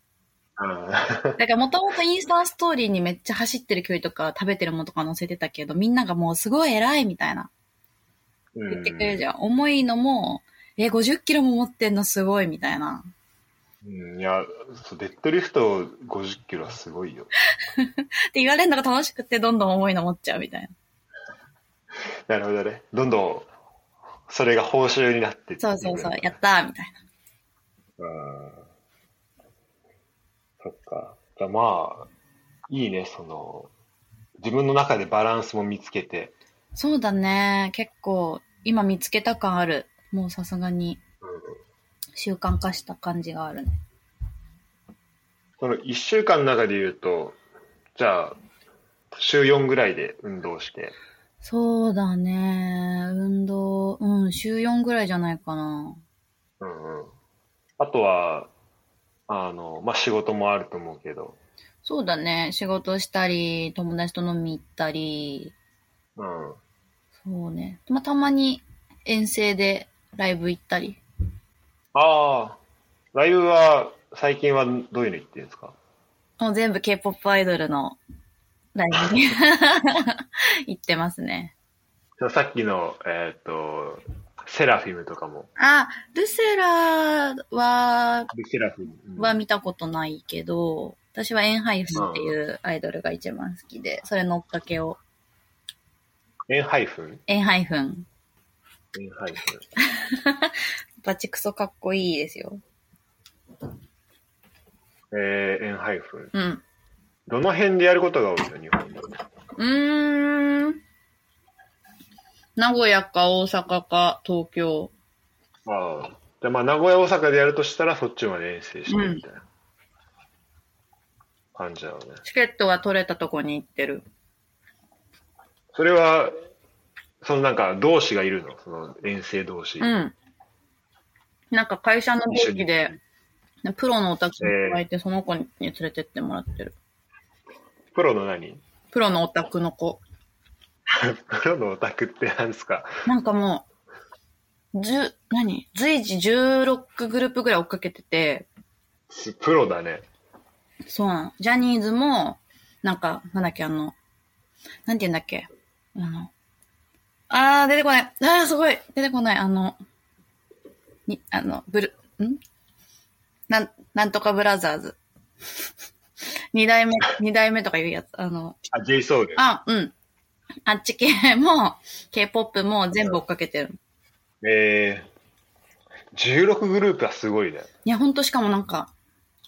A: うん、
B: だからもともとインスタストーリーにめっちゃ走ってる距離とか食べてるものとか載せてたけど、みんながもうすごい偉いみたいな言ってくれるじゃん。重いのも、え、50キロも持ってんのすごいみたいな。
A: うん、いや、そうデッドリフト50キロはすごいよ。
B: って言われるのが楽しくてどんどん重いの持っちゃうみたい
A: な
B: な。
A: るほどね。どんどん、それが報酬になってってい
B: そうそうそう、や
A: っ
B: ったーみたいな。
A: た。うんそっか。じゃあまあ、いいね、その、自分の中でバランスも見つけて。
B: そうだね。結構、今見つけた感ある。もうさすがに習慣化した感じがあるね。
A: その1週間の中で言うと、じゃあ、週4ぐらいで運動して。
B: そうだね。運動、うん、週4ぐらいじゃないかな。
A: うんうん。あとは、あの、まあ、仕事もあると思うけど、
B: そうだね。仕事したり、友達と飲み行ったり、
A: うん。
B: そうね。まあ、たまに遠征でライブ行ったり。
A: ああ、ライブは、最近はどういうの行ってるんですか
B: もう全部 K-POP アイドルのライブに 行ってますね。
A: じゃあさっきの、えっ、と、セラフィムとかも。
B: あ、ルセラは、
A: セラフィム。
B: は見たことないけど、私はエンハイフっていうアイドルが一番好きで、それの追っかけを、
A: エンハイフン
B: エンハイフン。
A: エンハイフン。
B: バチクソかっこいいですよ。
A: えー、エンハイフン。
B: うん。
A: どの辺でやることが多いの日本だと。
B: うーん。名古屋か大阪か東京。
A: ああ。じゃあまあ、名古屋、大阪でやるとしたら、そっちまで遠征してみたいな感じなのね。
B: チケットが取れたとこに行ってる。
A: それは、そのなんか、同士がいるのその遠征同士。
B: うん。なんか会社の同期で、プロのお宅がいて、その子に連れてってもらってる。
A: プロの何
B: プロのオタクの子。
A: プロのオタクって何ですか
B: なんかもう、十、何随時16グループぐらい追っかけてて、
A: すプロだね。
B: そうなの。ジャニーズも、なんか、なんだっけ、あの、なんて言うんだっけ。あの、あー、出てこない。あー、すごい。出てこない。あの、に、あの、ブル、んなん、なんとかブラザーズ。 二代目、二代目とかいうやつ。あの、
A: あ、J ソウル。
B: あ、うん。あっち系も、K-POP も全部追っかけてる。
A: えー、16グループはすごいね。
B: いや、ほんとしかもなんか、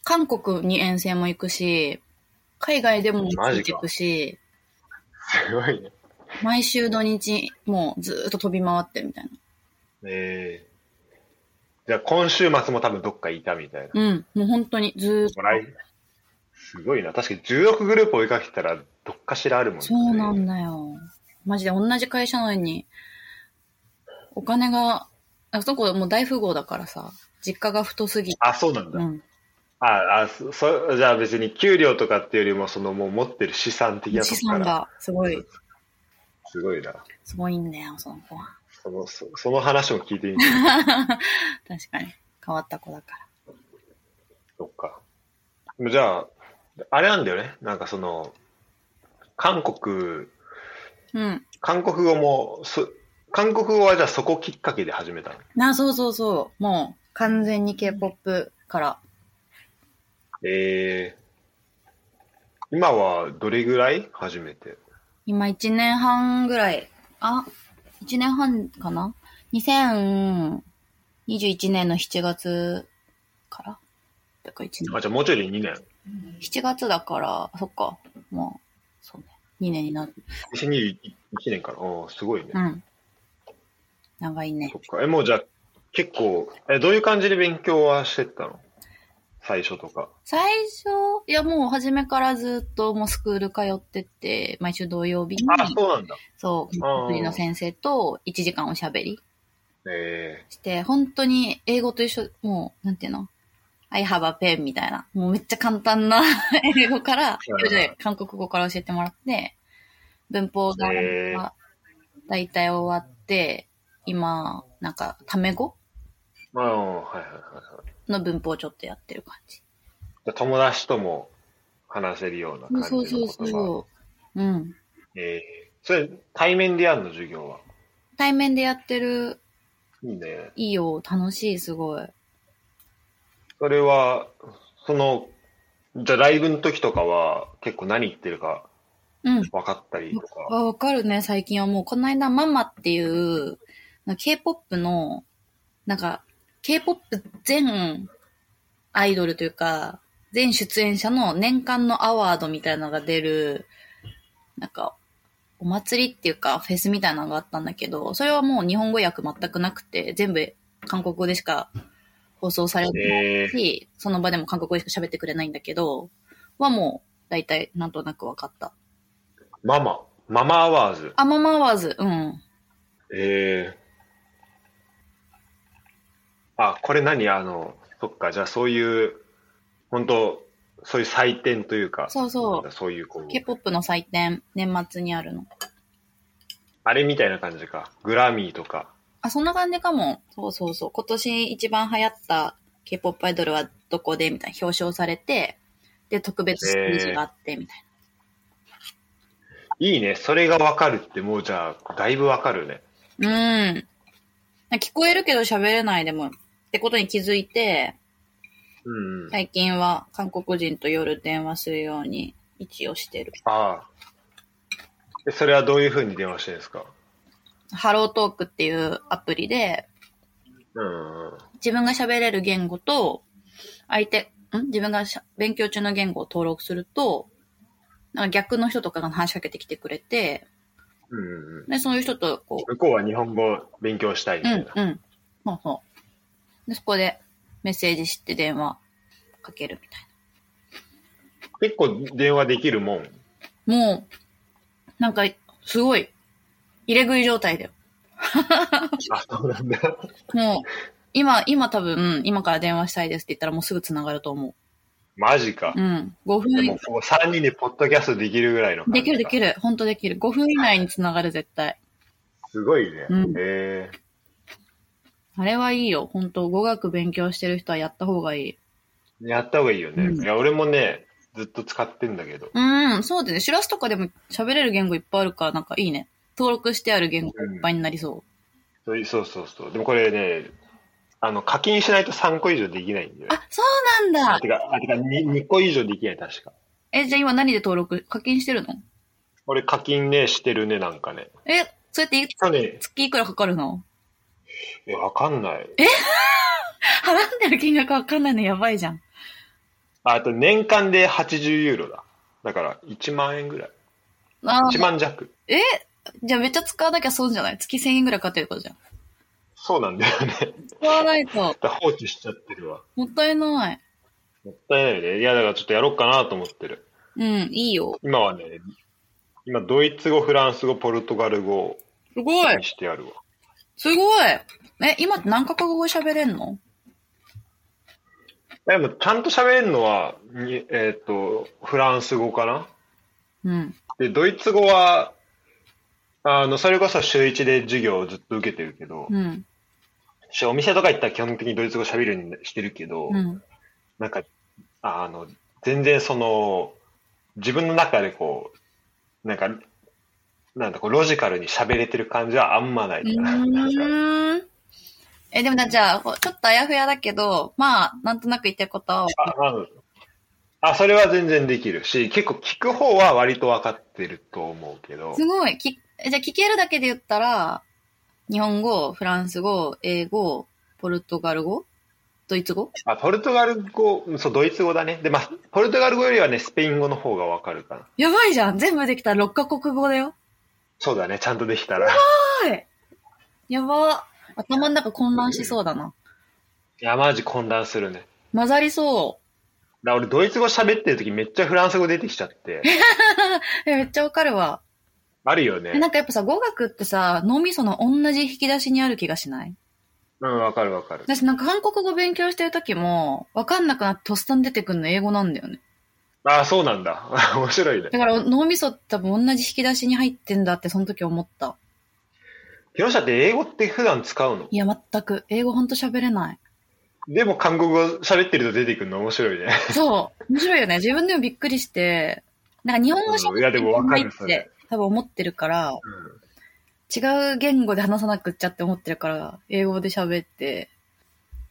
B: 韓国に遠征も行くし、海外でも
A: マジか
B: 行くし、
A: すごいね。
B: 毎週土日、もうずーっと飛び回ってるみたいな。
A: えー、じゃあ今週末も多分どっかいたみたいな。
B: うん、もう本当にずーっと。
A: 来すごいな。確かに16グループ追いかけてたらどっかしらあるもんね。
B: そうなんだよ。マジで同じ会社なのに、お金が、あそこもう大富豪だからさ、実家が太すぎて。
A: あ、そうなんだ。
B: うん。
A: ああそそ、じゃあ別に給料とかっていうよりも、そのもう持ってる資産的なと
B: 資
A: こから。
B: 産がすごい。
A: すすごいな。
B: すごいんだよ、その子は。
A: その、そその話も聞いてみて。
B: 確かに。変わった子だから。
A: そっか。じゃあ、あれなんだよね。なんかその、韓国、
B: うん。
A: 韓国語も、そ韓国語はじゃあそこきっかけで始めたの。
B: な、そうそうそう。もう、完全に K-POP から。
A: ええ今はどれぐらい初めて。
B: 今1年半ぐらい。あ、1年半かな ?2021 年の7月からだから1
A: あ、
B: 年。
A: じゃあもうちょいで2年。
B: 7月だから、そっか。もう、そうね。2年になる。
A: 2021年から。おーすごいね
B: う。ん。長いね
A: そ。っか。え、もうじゃあ結構、え、どういう感じで勉強はしてったの最初とか。
B: 最初、いやもう初めからずっともうスクール通ってて、毎週土曜日に、
A: あ、そうなんだ。
B: そう、
A: あー
B: 国の先生と1時間おしゃべり
A: え
B: して、本当に英語と一緒、もう、なんていうの ?I have a pen みたいな。もうめっちゃ簡単 な英語から、
A: いはい
B: それで韓国語から教えてもらって、文法が
A: へー
B: だいたい終わって、今、なんか、タメ語
A: ー、ああ、はいはいはいはい。
B: の文法をちょっとやってる感じ。
A: じゃあ友達とも話せるような感じ
B: そ
A: の
B: う
A: 言葉。
B: そうそう。うん。
A: えー、それ、対面でやるの、授業は。
B: 対面でやってる、
A: いいね。
B: いいよ、楽しい、すごい。
A: それは、その、じゃあライブの時とかは、結構何言ってるか
B: うん。
A: 分かったりとか。
B: あ、わかるね、最近はもう。この間、ママっていう、なんか K-POP の、なんか、K-POP 全アイドルというか、全出演者の年間のアワードみたいなのが出る、なんか、お祭りっていうか、フェスみたいなのがあったんだけど、それはもう日本語訳全くなくて、全部韓国語でしか放送されてない
A: えー、
B: し、その場でも韓国語でしか喋ってくれないんだけど、はもう、だいたいなんとなく分かった。
A: ママ。ママアワーズ。
B: あ、ママアワーズ、うん。
A: ええあ、これ何あの、そっか、じゃあそういう、本当そういう祭典というか、
B: そう
A: なん
B: そ
A: だそういうこう
B: う。、K-POP の祭典、年末にあるの。
A: あれみたいな感じか。グラミーとか。
B: あ、そんな感じかも。そうそうそう。今年一番流行った K-POP アイドルはどこでみたいな表彰されて、で、特別ステージがあって、みたい
A: いいね。それがわかるって、もうじゃあ、だいぶわかるね。
B: な。うん。聞こえるけど喋れないでも、ってことに気づいて、
A: うんうん。
B: 最近は韓国人と夜電話するように一応してる。
A: ああ。えそれはどういうふうに電話してるんですか
B: ハロートークっていうアプリで、
A: うんうん。
B: 自分が喋れる言語と、相手、ん自分がしゃ勉強中の言語を登録すると、なんか逆の人とかが話しかけてきてくれて、
A: うんうん。
B: で、そういう人と、こ
A: 向こうは日本語勉強したいみ
B: う、う
A: たい
B: ん
A: な。、
B: うん。そうそう。で、そこでメッセージして電話かけるみたい
A: 結構電話できるもん。
B: な。もう、なんか、すごい、入れ食い状態だよ。
A: あ、そうなんだ。
B: もう、今、今多分、今から電話したいですって言ったらもうすぐ繋がると思
A: マジか
B: う。う。ん。5
A: で
B: 分
A: も、こう3人でポッドキャストできるぐらいの感じ
B: できるでき
A: る。
B: る。ほんとできる。5分以内に繋がる、絶対。
A: すごいね。
B: うん
A: へえ
B: あれはいいよ。本当語学勉強してる人はやった方がいい。
A: やった方がいいよね。
B: うん
A: いや、俺もね、ずっと使ってんだけど。
B: うん、そうだね。シュラスとかでも喋れる言語いっぱいあるから、なんかいいね。登録してある言語がいっぱいになりそう。
A: そうそうそうそう。でもこれね、あの、課金しないと3個以上できないんだよ。
B: あ、そうなんだ
A: てか、あてか 2, 2個以上できない、確か。
B: え、じゃあ今何で登録課金してるの
A: 俺課金ね、してるね、なんかね。
B: え、そうやってい
A: 去年、
B: 月いくらかかるの
A: え、わかんない。
B: 払ってる金額わかんないのやばいじゃん。
A: ああと年間で80ユーロだ。だから1万円ぐらい。
B: あー
A: 1万弱。
B: えじゃあめっちゃ使わなきゃ損じゃない月1000円ぐらいかかってることじゃん。
A: そうなんだよね。
B: 使わないと。
A: だから放置しちゃってるわ。
B: もったいない。
A: もったいないよね。いや、だからちょっとやろうかなと思ってる。
B: うん、いいよ。
A: 今はね、今、ドイツ語、フランス語、ポルトガル語
B: すごい
A: に。してあるわ。
B: すごい。え、今って何カ国語喋れんの
A: でも、ちゃんと喋れるのは、にえーっ、と、フランス語かな
B: うん。
A: で、ドイツ語は、あの、それこそ週一で授業をずっと受けてるけど、
B: うん。
A: しお店とか行ったら基本的にドイツ語喋るようにしてるけど、
B: うん。
A: なんか、あの、全然その、自分の中でこう、なんか、なんだこう、ロジカルに喋れてる感じはあんまないかな。なんか
B: うーん。え、でもな、じゃあ、こうちょっとあやふやだけど、まあ、なんとなく言ってることは、
A: ああのあ、それは全然できるし、結構聞く方は割と分かってると思うけど
B: す、ごい、き、えじゃあ聞けるだけで言ったら、日本語、フランス語、英語、ポルトガル語、ドイツ語
A: あ、ポルトガル語、うんそう、ドイツ語だね。で、まあ、ポルトガル語よりはね、スペイン語の方が分かるかな。
B: やばいじゃん全部できたら6カ国語だよ。
A: そうだね、ちゃんとできたら。
B: はい。やば。頭の中混乱しそうだな。
A: いや、マジ混乱するね。
B: 混ざりそ
A: だから俺、ドイツ語喋ってる時めっちゃフランス語出てきちゃって、
B: う。えめっちゃわかるわ。
A: あるよ
B: え、な
A: ね。
B: んかやっぱさ、語学ってさ、脳みその同じ引き出しにある気がしない
A: うん、分かる分かる。
B: 私なんか韓国語勉強してる時も、わかんなくなってとっさに出てくるの英語なんだよね。
A: ああ、そうなんだ。 面白いね。
B: だから脳みそって多分同じ引き出しに入ってんだってその時思った。
A: 広下って英語って普段使うの
B: いや、全く。英語ほんと喋れない。
A: でも韓国語喋ってると出てくるの面白いね。
B: そう。面白いよね。自分でもびっくりして、なんか日本語喋
A: うんいや
B: っ
A: で
B: て
A: もわかる
B: っ
A: そ
B: て
A: れ
B: 多分思ってるから、違う言語で話さなくっちゃって思ってるから、英語で喋って、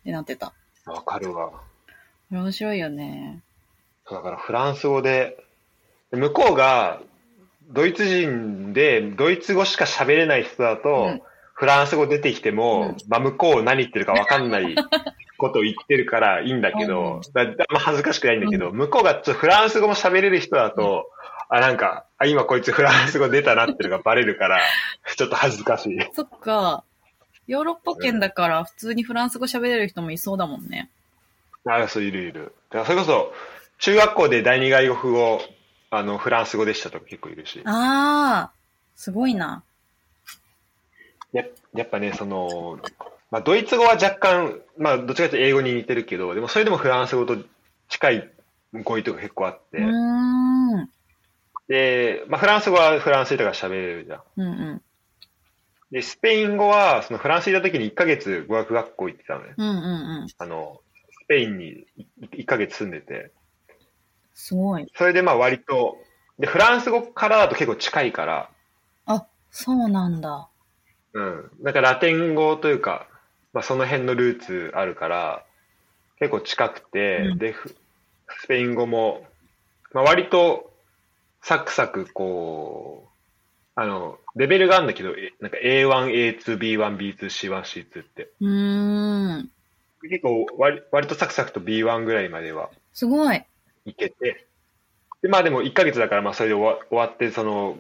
B: ってなってた。
A: わかるわ。
B: これ面白いよね。
A: そうだからフランス語で、向こうがドイツ人でドイツ語しか喋れない人だと、
B: うん
A: フランス語出てきても、まあ向こう何言ってるかわかんないことを言ってるからいいんだけど、だだあんま恥ずかしくないんだけど、向こうがちょっとフランス語も喋れる人だと、あ、なんか、あ、今こいつフランス語出たなっていうのがバレる から、ちょっと恥ずかしい。
B: そっか。ヨーロッパ圏だから普通にフランス語喋れる人もいそうだもんね。
A: あ、そう、いるいる。だからそれこそ、中学校で第二外国語、あの、フランス語でしたとか結構いるし。
B: あー、すごいな。
A: ややっぱね、その、まあ、ドイツ語は若干、まあ、どっちかというと英語に似てるけど、でもそれでもフランス語と近い語彙とか結構あっ
B: う
A: て、
B: ーん。うん
A: で、まあ、フランス語はフランス語とか喋れるじゃん。
B: うん。
A: で、スペイン語は、そのフランスにいた時に1ヶ月語学学校行ってたのね。
B: うんうんうん。
A: あの、スペインに1ヶ月住んでて、
B: すごい。
A: それでまあ割と、で、フランス語からだと結構近いから、
B: あ、そうなんだ。
A: うん。なんかラテン語というか、まあ、その辺のルーツあるから、結構近くて、
B: うん
A: で、ふスペイン語も、まあ、割とサクサクこう、あの、レベルがあるんだけど、えなんか A1、A2、B1、B2、C1、C2 って。
B: うーん。
A: 結構割、割とサクサクと B1 ぐらいまでは
B: すごい。
A: いけて、で、まあでも1ヶ月だから、まあそれで終わ終わって、その、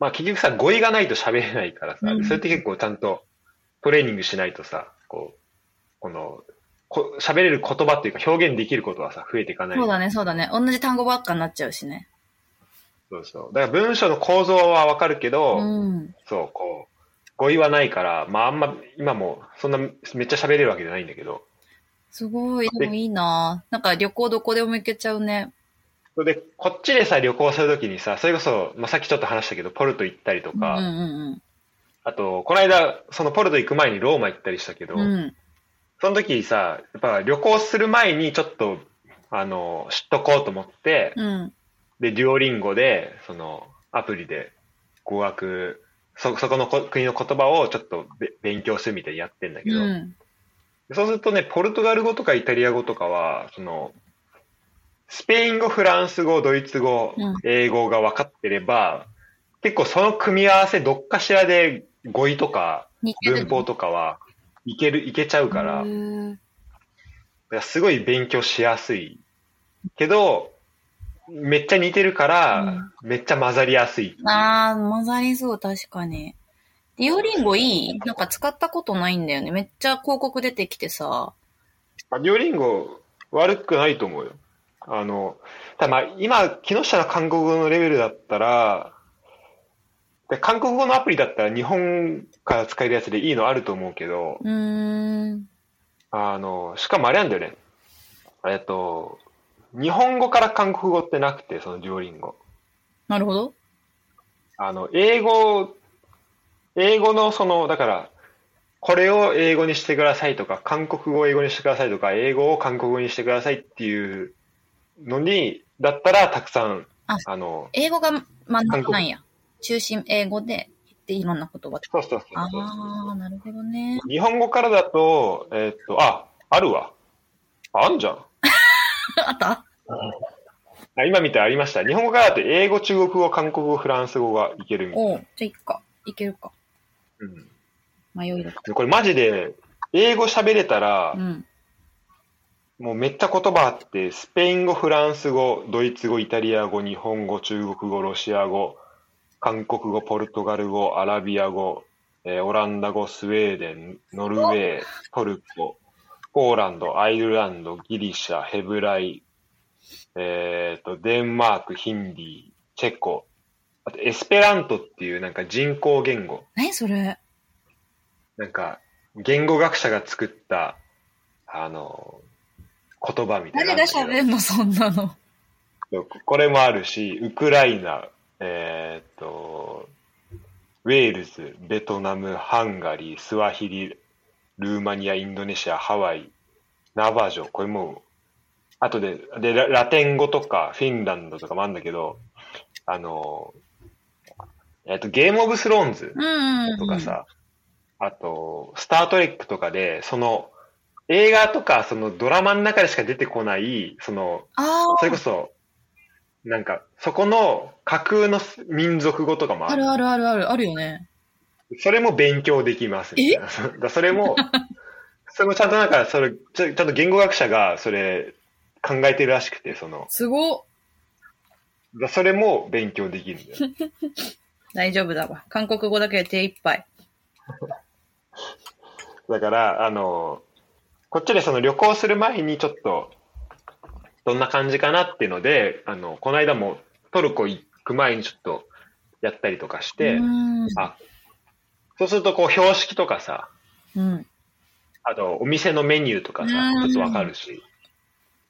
A: まあ結局さ、語彙がないと喋れないからさ、
B: うん
A: それって結構ちゃんとトレーニングしないとさ、こう、この、こ喋れる言葉っていうか表現できることはさ、増えていかない。
B: そうだね、そうだね。同じ単語ばっかになっちゃうしね。
A: そうそう。だから文章の構造はわかるけど、
B: うん。
A: そう、こう、語彙はないから、まああんま、今もそんなめっちゃ喋れるわけじゃないんだけど、
B: すごい。でもいいななんか旅行どこでも行けちゃうね。
A: それで、こっちでさ、旅行するときにさ、それこそ、まあさっきちょっと話したけど、ポルト行ったりと
B: うん
A: か、
B: うん
A: あと、この間、そのポルト行く前にローマ行ったりしたけど、
B: うん。うん。
A: その時さ、やっぱ旅行する前にちょっと、あの、知っとこうと思って、
B: うん。
A: で、デュオリンゴで、その、アプリで語学、そ、そこのこ国の言葉をちょっとべ勉強するみたいにやってんだけど、
B: うん。
A: そうするとね、ポルトガル語とかイタリア語とかは、その、スペイン語、フランス語、ドイツ語、
B: うん
A: 英語が分かってれば、結構その組み合わせどっかしらで語彙とか
B: 似て
A: 文
B: る。
A: 法とかはいける、いけちゃうから、だ
B: へ
A: か
B: ー
A: らすごい勉強しやすい。けど、めっちゃ似てるから、めっちゃ混ざりやすい。
B: あー、混ざりそう、確かに。ディオリンゴいいなんか使ったことないんだよね。めっちゃ広告出てきてさ。
A: まあデュオリンゴ悪くないと思うよ。あの、ただまあ今、木下の韓国語のレベルだったら、で韓国語のアプリだったら日本から使えるやつでいいのあると思うけど、
B: うーん。
A: あの、しかもあれなんだよね。えっと、日本語から韓国語ってなくて、そのデュオリンゴ。
B: なるほど。
A: あの、英語英語のその、だから、これを英語にしてくださいとか、韓国語を英語にしてくださいとか、英語を韓国語にしてくださいっていうのに、だったらたくさん、
B: あ
A: あの、
B: 英語が真ん中なんや。中心英語で言っていろんな言葉とか。
A: そうそうそう
B: あ
A: そう
B: あ、なるほどね。
A: 日本語からだと、えーっと、あ、あるわ。ああんじゃん。
B: あった
A: あ今見てありました。日本語からだと英語、中国語、韓国語、フランス語がいけるみたい
B: おうじゃあいっか。いけるか。
A: うん
B: 迷いだか
A: これマジで、英語喋れたら
B: ら。う、ん。
A: もうめっちゃ言葉あって、スペイン語、フランス語、ドイツ語、イタリア語、日本語、中国語、ロシア語、韓国語、ポルトガル語、アラビア語、えーオランダ語、スウェーデン、ノルウェー、トルコ、ポーランド、アイルランド、ギリシャ、ヘブライ、えー、と、デンマーク、ヒンディー、チェコ、あとエスペラントっていうなんか人工言語。
B: 何それ
A: なんか、言語学者が作った、あの、言葉みたいなの
B: 誰
A: あ
B: が
A: ったけど。
B: 喋んの そんなの。
A: これもあるし、ウクライナ、えーっと、ウェールズ、ベトナム、ハンガリー、スワヒリ、ルーマニア、インドネシア、ハワイ、ナバジョ、これもう、あとで、で、ララテン語とか、フィンランドとかもあるんだけど、あの、えーっと、ゲームオブスローンズ、
B: うん。
A: とか。さ、あと、スタートレックとかで、その、映画とか、そのドラマの中でしか出てこない、その、
B: あ
A: それこそ、なんか、そこの架空の民族語とかも
B: あ。
A: あ
B: あ
A: る。
B: るあるあるある。あるよね。
A: それも勉強できますみたいな。だからそれ も、それもちゃんとなんか、それ、ちゃちゃんと言語学者が、それ、考えてるらしくて、その、
B: すごっ。
A: だからそれも勉強できるんだ よ。
B: 大丈夫だわ。韓国語だけで手一杯。
A: だから、あの、こっちでその旅行する前にちょっと、どんな感じかなっていうので、あの、この間もトルコ行く前にちょっとやったりとかして、
B: うん。
A: あ、そうするとこう標識とかさ、
B: うん。
A: あとお店のメニューとかさ
B: う、ん
A: ちょっとわかるし、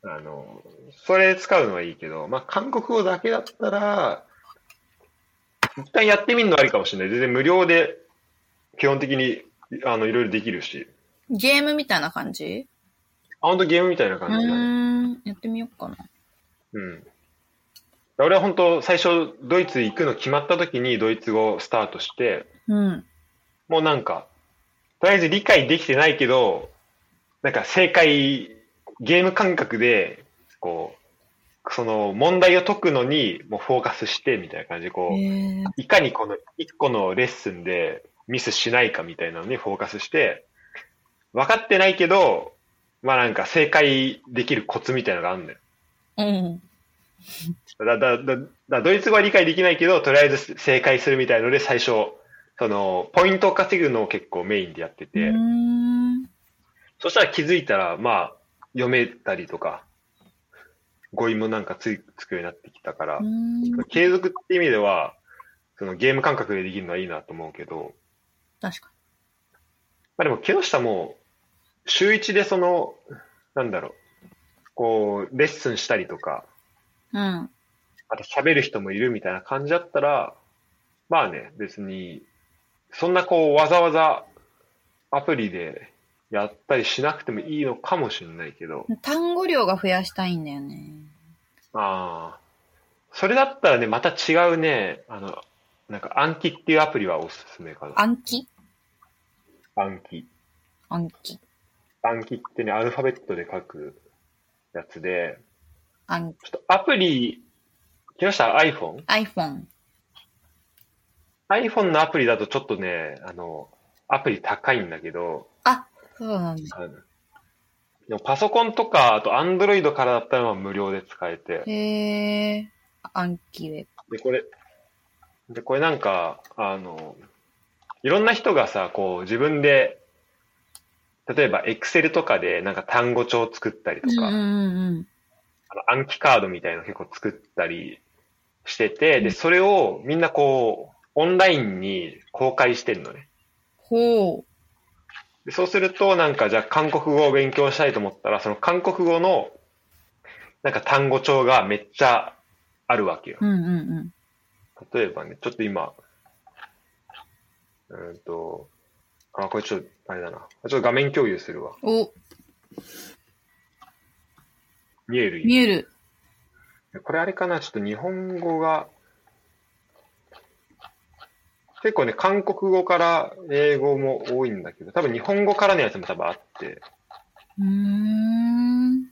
A: あの、それ使うのはいいけど、まあ、韓国語だけだったら、一旦やってみるのありかもしれない。全然無料で、基本的に、あの、いろいろできるし、
B: ゲームみたいな感じ
A: あ、ほんとゲームみたいな
B: う
A: 感じだね。
B: ーん。やってみようかな。
A: うん。俺は本当、最初、ドイツ行くの決まった時にドイツ語をスタートして、
B: うん。
A: もうなんか、とりあえず理解できてないけど、なんか正解、ゲーム感覚で、こう、その問題を解くのに、もうフォーカスして、みたいな感じで、こう、
B: へえ。
A: いかにこの一個のレッスンでミスしないかみたいなのにフォーカスして、分かってないけど、まあなんか正解できるコツみたいなのがあるんだよ
B: うん。
A: だ、だ、だ、だドイツ語は理解できないけど、とりあえず正解するみたいので、最初、その、ポイントを稼ぐのを結構メインでやって
B: う
A: て、
B: ーん。
A: そしたら気づいたら、まあ、読めたりとか、語彙もなんかつつくようになってきたから
B: う、ーん
A: 継続って意味では、そのゲーム感覚でできるのはいいなと思うけど、
B: 確か
A: まあでも、木下も、週一でその、なんだろう、こう、レッスンしたりとか、
B: に。うん。
A: あと喋る人もいるみたいな感じだったら、まあね、別に、そんなこうわざわざアプリでやったりしなくてもいいのかもしれないけど、
B: 単語量が増やしたいんだよね。
A: ああ、それだったらね、また違うね、あの、なんか暗記っていうアプリはおすすめかな。
B: 暗記
A: 暗記。
B: 暗記。
A: 暗記ってね、アルファベットで書くやつで、
B: 暗記。
A: ちょっとアプリ、木下 iPhone?
B: iPhone。
A: iPhone のアプリだとちょっとね、あの、アプリ高いんだけど、
B: あ、そうなんだ。
A: あのでもパソコンとか、あと Android からだったらまあ無料で使えて。
B: へえ。暗記で。
A: で、これ、で、これなんか、あの、いろんな人がさ、こう自分で、例えば Excel とかでなんか単語帳作ったりと
B: うん
A: か、
B: うんうん
A: あの暗記カードみたいなの結構作ったりしてて、
B: うん
A: で、それをみんなこう、オンラインに公開してるのね。
B: ほう。
A: でそうすると、なんか、じゃあ、韓国語を勉強したいと思ったら、その韓国語の、なんか単語帳がめっちゃあるわけよ。
B: うんうんうん。
A: 例えばね、ちょっと今、うんと、あ、これちょっと、あれだな。ちょっと画面共有するわ。
B: お、
A: 見える
B: 見える。
A: これあれかなちょっと日本語が、結構ね、韓国語から英語も多いんだけど、多分日本語からのやつも多分あって、
B: うーん。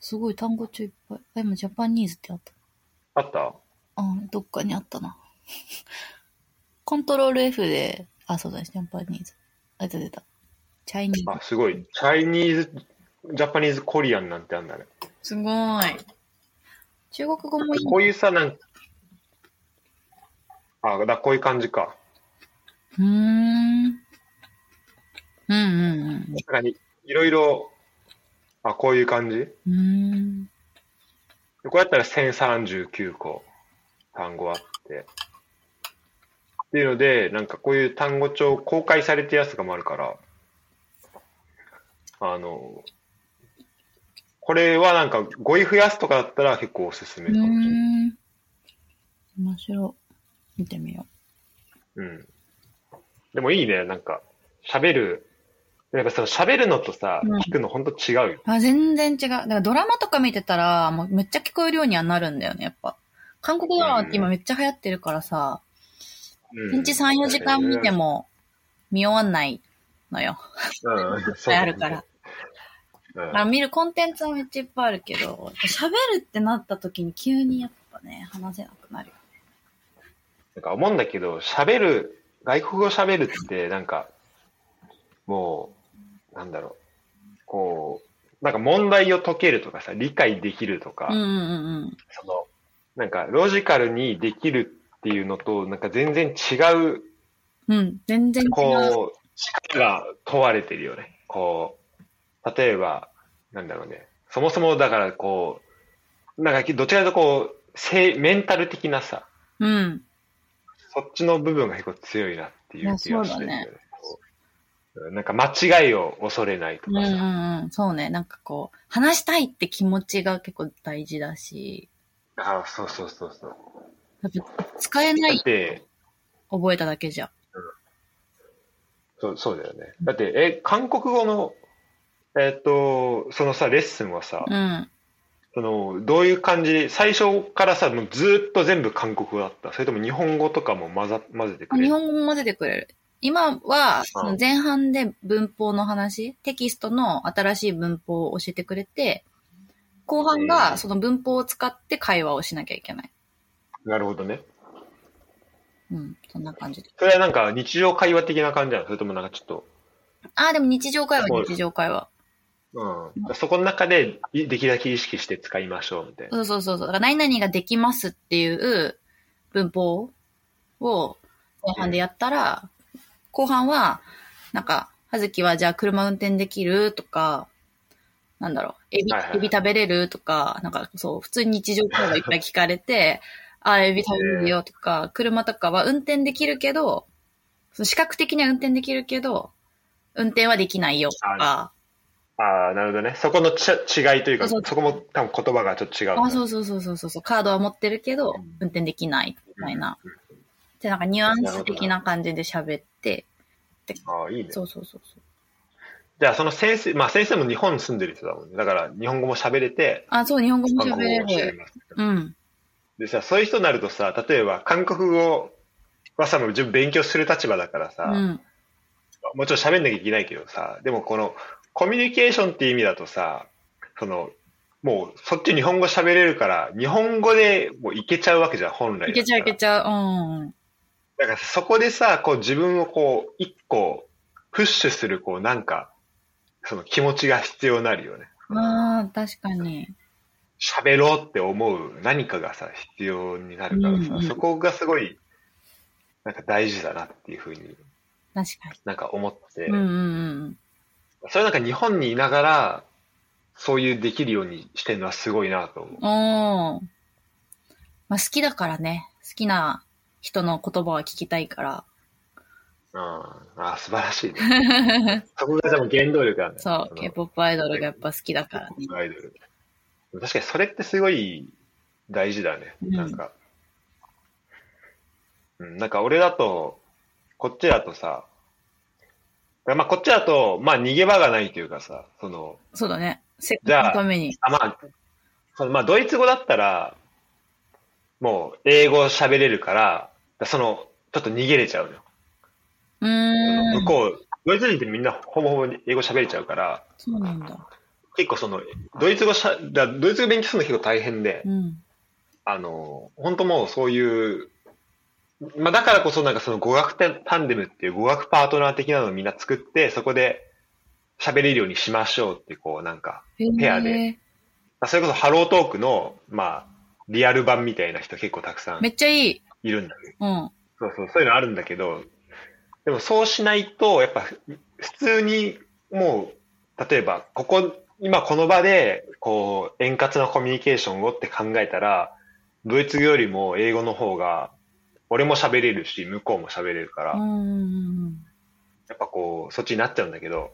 B: すごい単語帳いっぱい。あ、今ジャパニーズってあった。
A: あった
B: あ、どっかにあったな。 コントロール F で、あ、そうだね、ジャパニーズ。あ、出た出た。チャイニーズ。
A: あ、すごい。チャイニーズ、ジャパニーズ、コリアンなんてあんだね。
B: すごい。中国語もいい。
A: こういうさ、なんか、あ、だこういう感じか。
B: うーん。うんうん
A: なんかに、いろいろ、あ、こういう感じ
B: うん。うーん。
A: こうやったら1039個単語あって。っていうので、なんかこういう単語帳公開されてるやつとかもあるから、あの、これはなんか語彙増やすとかだったら結構おすすめ
B: う
A: かもしれない。
B: ーん。面白い。見てみよ
A: うん。でもいいね、なんか喋る、なんかその喋るのとさ、
B: うん
A: 聞くのほんと違うよ。
B: う。あ、全然違う。だからドラマとか見てたら、もうめっちゃ聞こえるようにはなるんだよね、やっぱ。韓国ドラマって今めっちゃ流行ってるからさ、
A: うん
B: 1日3、4時間見て。も見終わんないのよ。
A: うん、
B: いっぱいあるから。
A: うん。
B: あ見るコンテンツはめっちゃいっぱいあるけど、喋るってなった時に急にやっぱね、話せなくなるよ。
A: なんか思うんだけど、喋る、外国語喋るって、なんか、もう、なんだろう、こう、なんか問題を解けるとかさ、理解できるとか、
B: うんうんうん。
A: その、なんかロジカルにできるっていうのと、なんか全然違う、
B: うん、全然違う。
A: こう、力が問われてるよね。こう、例えば、なんだろうね、そもそもだからこう、なんかどちらかというとこう、せいメンタル的なさ、
B: うん。
A: そっちの部分が結構強いなっていう気がしてるよ
B: いや
A: ね。そうなんか間違いを恐れないと
B: うんう
A: かさ。
B: んうん。そうね。なんかこう、話したいって気持ちが結構大事だし、
A: ああ、そうそうそうそう。
B: やっぱ使えな
A: だ
B: い
A: って、
B: 覚えただけじゃ。
A: そうそうだよね。だって、え、韓国語の、えっと、そのさ、レッスンはさ、
B: うん。
A: その、どういう感じで、最初からさ、もうずーっと全部韓国語だった。それとも日本語とかも混ざ、混ぜてくれ
B: 日
A: る。
B: 本語も混ぜてくれる。今は、その前半で文法の話、テキストの新しい文法を教えてくれて、後半
A: う
B: が
A: ん
B: その文法を使って会話をしなきゃいけない。
A: なるほどね。
B: うん、そんな感じで。
A: それはなんか日常会話的な感じなのそれともなんかちょっと、
B: ああ、でも日常会話
A: そ、う
B: 日常会話。
A: うん。そこの中で、いできるだけ意識して使いましょう、みたいな。
B: そうそうそうそう。だから何々ができますっていう文法を前半でやったら、後半は、なんか、はずきはじゃあ車運転できるとか、なんだろう、エビ、
A: はいはいはい
B: エビ食べれるとか、なんかそう、普通に日常会話いっぱい聞か れて、あ、エビ食べれるよとか、車とかは運転できるけど、その視覚的には運転できるけど、運転はできないよとか、
A: ああ、なるほどね。そこのち違いというか、
B: そう
A: そ
B: そ
A: こ
B: う
A: も多分言葉がちょっと違うんだ。
B: あ、そうそうそうそうそうそう、カードは持ってるけど
A: うん、
B: 運転できない、みたいな
A: うん。
B: で、なんかニュアンス的な感じで喋って、
A: ああ、いいね。
B: そうそうそうそう。
A: じゃあ、その先生、まあ先生も日本に住んでる人だもんね。だから、日本語も喋れて、
B: あ、そう、日本語も
A: 韓
B: 喋
A: 国語
B: れ
A: も喋れ
B: る。
A: ます。
B: うん。
A: でさ、そういう人になるとさ、例えば、韓国語はさ、もう自分勉強する立場だから
B: う
A: さ、
B: ん。
A: もちろん喋んなきゃいけないけどさ、でもこの、コミュニケーションっていう意味だとさ、その、もう、そっち日本語喋れるから、日本語でもういけちゃうわけじゃん、本来だったら。
B: いけちゃういけちゃう。うん。
A: だからそこでさ、こう自分をこう、一個、プッシュする、こうなんか、その気持ちが必要になるよね。
B: ああ、確かに。
A: 喋ろうって思う何かがさ、必要になるからさ、
B: うんうん
A: そこがすごい、なんか大事だなっていうふうに
B: 確か
A: なんか思って、
B: に。うんうん
A: それなんか日本にいながら、そういうできるようにしてるのはすごいなと思う。
B: うん。おー。まあ、好きだからね。好きな人の言葉は聞きたいから。
A: うん、ああ、素晴らしいね。 そこがでも原動力なんだよ
B: そ
A: ね
B: う、
A: の
B: K-POP アイドルがやっぱ好きだからね。
A: アイドル。確かにそれってすごい大事だね。
B: うん
A: なんか。うん、なんか俺だと、こっちだとさ、まあ、こっちだと、まあ、逃げ場がないというかさ、その、
B: そうだね。せっ
A: じゃあ
B: のために。
A: あまあ、そのまあ、ドイツ語だったら、もう、英語喋れるから、その、ちょっと逃げれちゃうのよ。
B: うー
A: 向
B: ん。
A: こう、ドイツ人ってみんなほぼほぼ英語喋れちゃうから、
B: そうなんだ。
A: 結構その、ドイツ語しゃ、だドイツ語勉強するの結構大変で、
B: うん。
A: あの、本当もうそういう、まあだからこそなんかその語学タタンデムっていう語学パートナー的なのをみんな作って、そこで喋れるようにしましょうってこうなんか、ペアで
B: へー
A: まあそれこそハロートークの、まあ、リアル版みたいな人結構たくさん
B: めっちゃいい。
A: いるんだけど、
B: うん。
A: そうそう、そういうのあるんだけど、でもそうしないと、やっぱふ普通にもう、例えばここ、今この場で、こう、円滑なコミュニケーションをって考えたら、ドイツ語よりも英語の方が、俺も喋れるし、向こうも喋れるから、
B: う
A: や
B: ん。
A: っぱこう、そっちになっちゃうんだけど、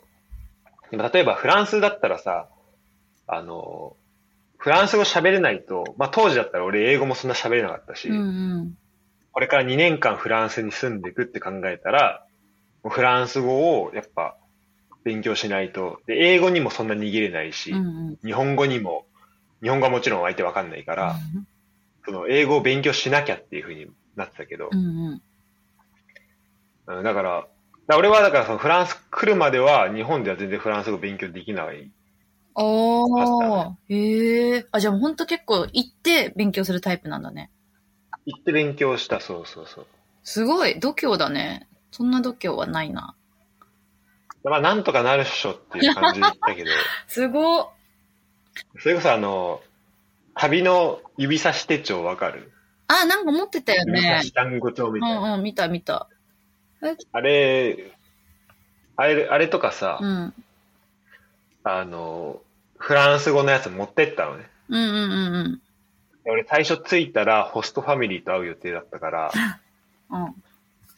A: でも例えばフランスだったらさ、あの、フランス語喋れないと、まあ当時だったら俺英語もそんな喋れなかったし、
B: うんうん。
A: これから2年間フランスに住んでいくって考えたら、もうフランス語をやっぱ勉強しないと、で、英語にもそんな逃げれないし、
B: うんうん。
A: 日本語にも、日本語はもちろん相手わかんないから、その英語を勉強しなきゃっていうふうになってたけど
B: う、んうん。
A: うんだから、だから俺はだからそのフランス来るまでは日本では全然フランス語勉強できない。
B: おー。へえ。あ、じゃあもうほんと結構行って勉強するタイプなんだね。
A: 行って勉強した、そうそうそう。
B: すごい。度胸だね。そんな度胸はないな。
A: まあなんとかなるっしょっていう感じだけど、
B: すごっ。
A: それこそあの、旅の指差し手帳わかる
B: あ、なんか持ってたよね。
A: 単語帳み
B: う
A: たいな。
B: んうん、見た見た。
A: あれ、あれ、あれとかさ、
B: うん。
A: あの、フランス語のやつ持ってったのね。
B: うんうんうんうん。
A: 俺最初着いたらホストファミリーと会う予定だったから、
B: うん。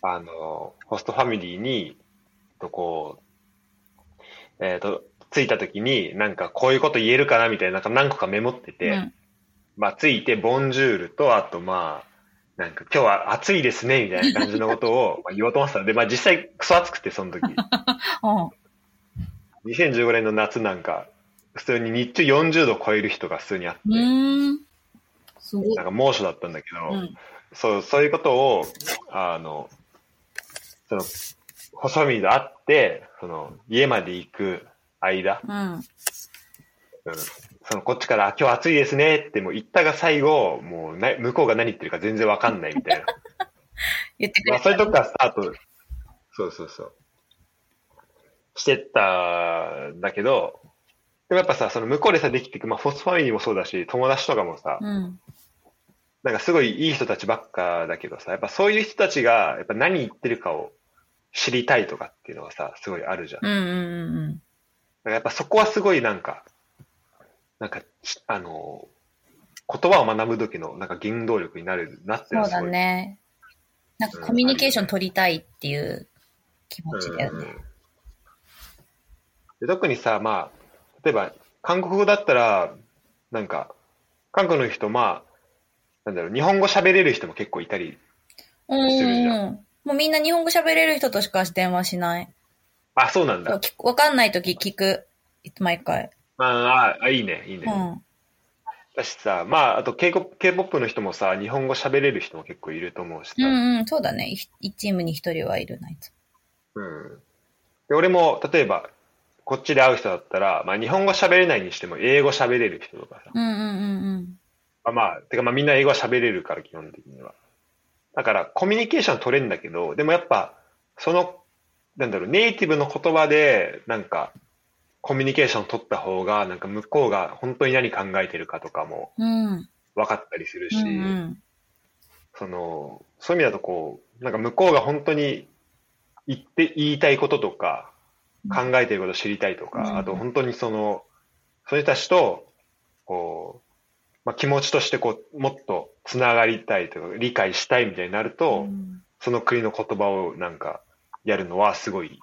A: あの、ホストファミリーに、とこう、えっ、と、着いた時に、なんかこういうこと言えるかなみたいな、なんか何個かメモってて、
B: うん
A: まあ着いて、ボンジュールと、あとまあ、なんか今日は暑いですね、みたいな感じのことをまあ言おうと思ってたので、まあ実際クソ暑くて、その時。
B: うん。
A: 2015年の夏なんか、普通に日中40度超える人が普通にあって、
B: うーん。すごい
A: なん。か猛暑だったんだけど、
B: うん。
A: そう、そういうことを、あの、その、細身で会って、その、家まで行く間、
B: うん。
A: うんその、こっちから、あ今日暑いですねってもう言ったが最後、もうな、向こうが何言ってるか全然わかんないみたいな。
B: 言ってく
A: ま
B: れ
A: あ、そういう
B: た。
A: とこからスタート、そうそうそう、してったんだけど、でもやっぱさ、その向こうでさ、できていく、まあ、フォスファミリーもそうだし、友達とかもさ、
B: うん。
A: なんかすごいいい人たちばっかだけどさ、やっぱそういう人たちが、やっぱ何言ってるかを知りたいとかっていうのはさ、すごいあるじゃん。だ
B: うんうんうん
A: からやっぱそこはすごいなんか、なんか、しあの、言葉を学ぶ時のなんか原動力になるなって
B: そ
A: のは
B: う
A: す
B: だ
A: ごい
B: ね。なんかコミュニケーション取りたいっていう気持ちだよ
A: うんう
B: ね。
A: んで特にさ、まあ、例えば、韓国語だったら、なんか、韓国の人、まあ、なんだろう、日本語喋れる人も結構いたり、
B: うんうんうん。もうみんな日本語喋れる人としか電話しない。
A: あ、そうなん
B: そう
A: だ。
B: 聞くわかんないとき聞く。毎回。
A: あーあ、いいね、いいね。
B: うん。
A: だしさ、まあ、あと K-POP K-POP の人もさ、日本語喋れる人も結構いると思うしさ、
B: うんうん。そうだね。一チームに一人はいるな、いつ
A: う
B: も。
A: んで俺も、例えば、こっちで会う人だったら、まあ、日本語喋れないにしても、英語喋れる人とかさ、
B: うんうんうんうん。
A: まあ、まあ、てかまあみんな英語は喋れるから、基本的には。だから、コミュニケーション取れんだけど、でもやっぱ、その、なんだろう、ネイティブの言葉で、なんか、コミュニケーション取った方が、なんか向こうが本当に何考えてるかとかも
B: うん。
A: 分かったりする
B: う
A: し、
B: んうん。
A: その、そういう意味だとこう、なんか向こうが本当に言って、言いたいこととか、考えてること知りたいとか、
B: うん
A: あと本当にその、そういう人たちと、こう、まあ、気持ちとしてこう、もっとつながりたいとか、理解したいみたいになると、
B: うん
A: その国の言葉をなんか、やるのはすごい、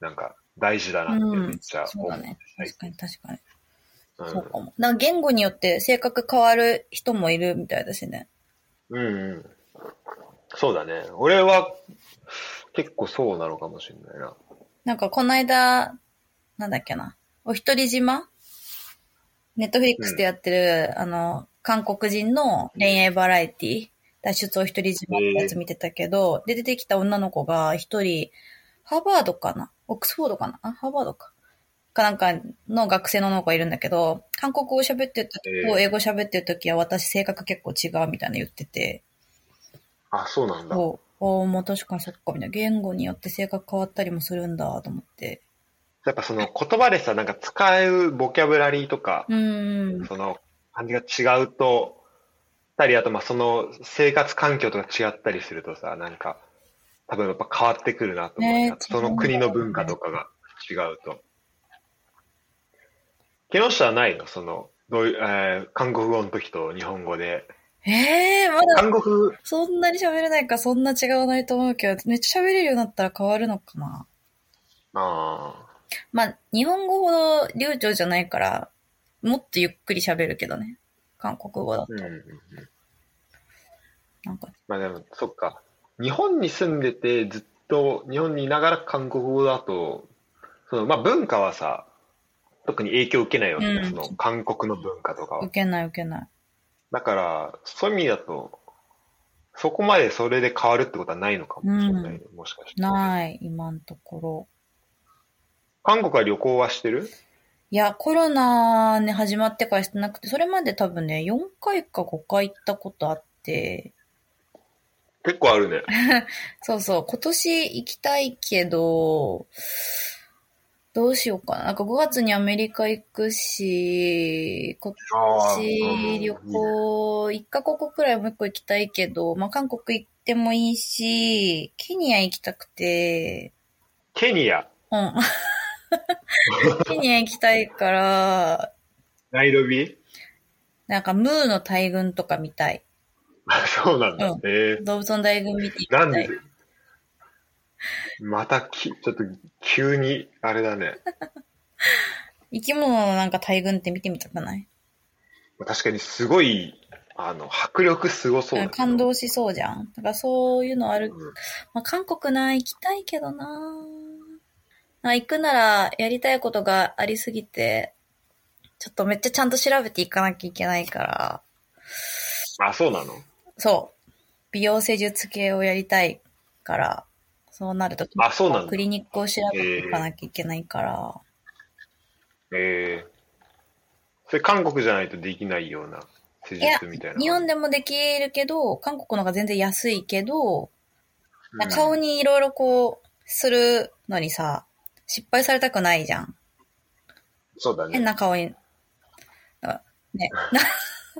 A: なんか、大事だなってめっちゃ
B: そ
A: 思
B: う
A: う。
B: だね。
A: はい
B: 確かに確かに。
A: うん
B: そうかも。なんか言語によって性格変わる人もいるみたいだしね。
A: うんうん。そうだね。俺は結構そうなのかもしれないな。
B: なんかこの間、なんだっけな、お一人島ネットフリックスでやってる、あの、韓国人の恋愛バラエティ、脱出お一人島ってやつ見てたけど、で、出てきた女の子が一人、ハーバードかなオックスフォードかなあ、ハーバードか。かなんかの学生の女の子がいるんだけど、韓国語喋ってる時と
A: えー
B: 英語喋ってる時は私性格結構違うみたいな言ってて、
A: あ、そうなんだ。
B: そう、おーもう確かにそっかみたいな。言語によって性格変わったりもするんだと思って。
A: やっぱその言葉でさ、なんか使うボキャブラリーとか、
B: うーん。
A: その感じが違うと、たり、あとまあその生活環境とか違ったりするとさ、なんか、多分やっぱ変わってくるなと思う、
B: ねえ
A: その国の文化とかが違うと。木下はないのその、どういう、えー韓国語の時と日本語で。
B: ええー、まだ
A: 韓国、
B: そんなに喋れないか、そんな違わないと思うけど、めっちゃ喋れるようになったら変わるのかな。
A: ああ、
B: まあ、日本語ほど流暢じゃないから、もっとゆっくり喋るけどね。韓国語だと。
A: うんうんうん。
B: なんか、
A: まあでも、そっか。日本に住んでて、ずっと日本にいながら韓国語だと、その、まあ文化はさ、特に影響を受けないわけじゃん、
B: うん
A: その、韓国の文化とかは
B: 受。けない受けない。
A: だから、そういう意味だと、そこまでそれで変わるってことはないのかもしれないね、もしかして。
B: ない、今のところ。
A: 韓国は旅行はしてる
B: いや、コロナね、始まってからしてなくて、それまで多分ね、4回か5回行ったことあって、
A: 結構あるね。
B: そうそう、今年行きたいけど、どうしようかな。なんか5月にアメリカ行くし、今
A: あ
B: 年旅行1カ国くらいもう一個行きたいけど、まあ韓国行ってもいいし、ケニア行きたくて、
A: ケニア、
B: うん。ケニア行きたいから、
A: ナイロビ
B: なんかムーの大群とか見たい。
A: あそうなんだ。
B: うん
A: え
B: 動物の大群見てい
A: ー、
B: きた
A: なんで
B: い。
A: またき、ちょっと急に、あれだね。
B: 生き物のなんか大群って見てみたくない
A: 確かにすごい、あの、迫力すごそうだけど
B: 感動しそうじゃん。だからそういうのある。
A: うん
B: まあ、韓国な、行きたいけどな。まあ、行くならやりたいことがありすぎて、ちょっとめっちゃちゃんと調べていかなきゃいけないから、
A: あ、そうなの
B: そう。美容施術系をやりたいから、そうなると、
A: あ、そうなんだ
B: ク。リニックを調べていかなきゃいけないから、
A: えー、それ韓国じゃないとできないような施術みたいな。
B: 日本でもできるけど、韓国の方が全然安いけど、
A: うん
B: 顔にいろいろこう、するのにさ、失敗されたくないじゃん。
A: そうだね
B: 変。な顔 に。あね。な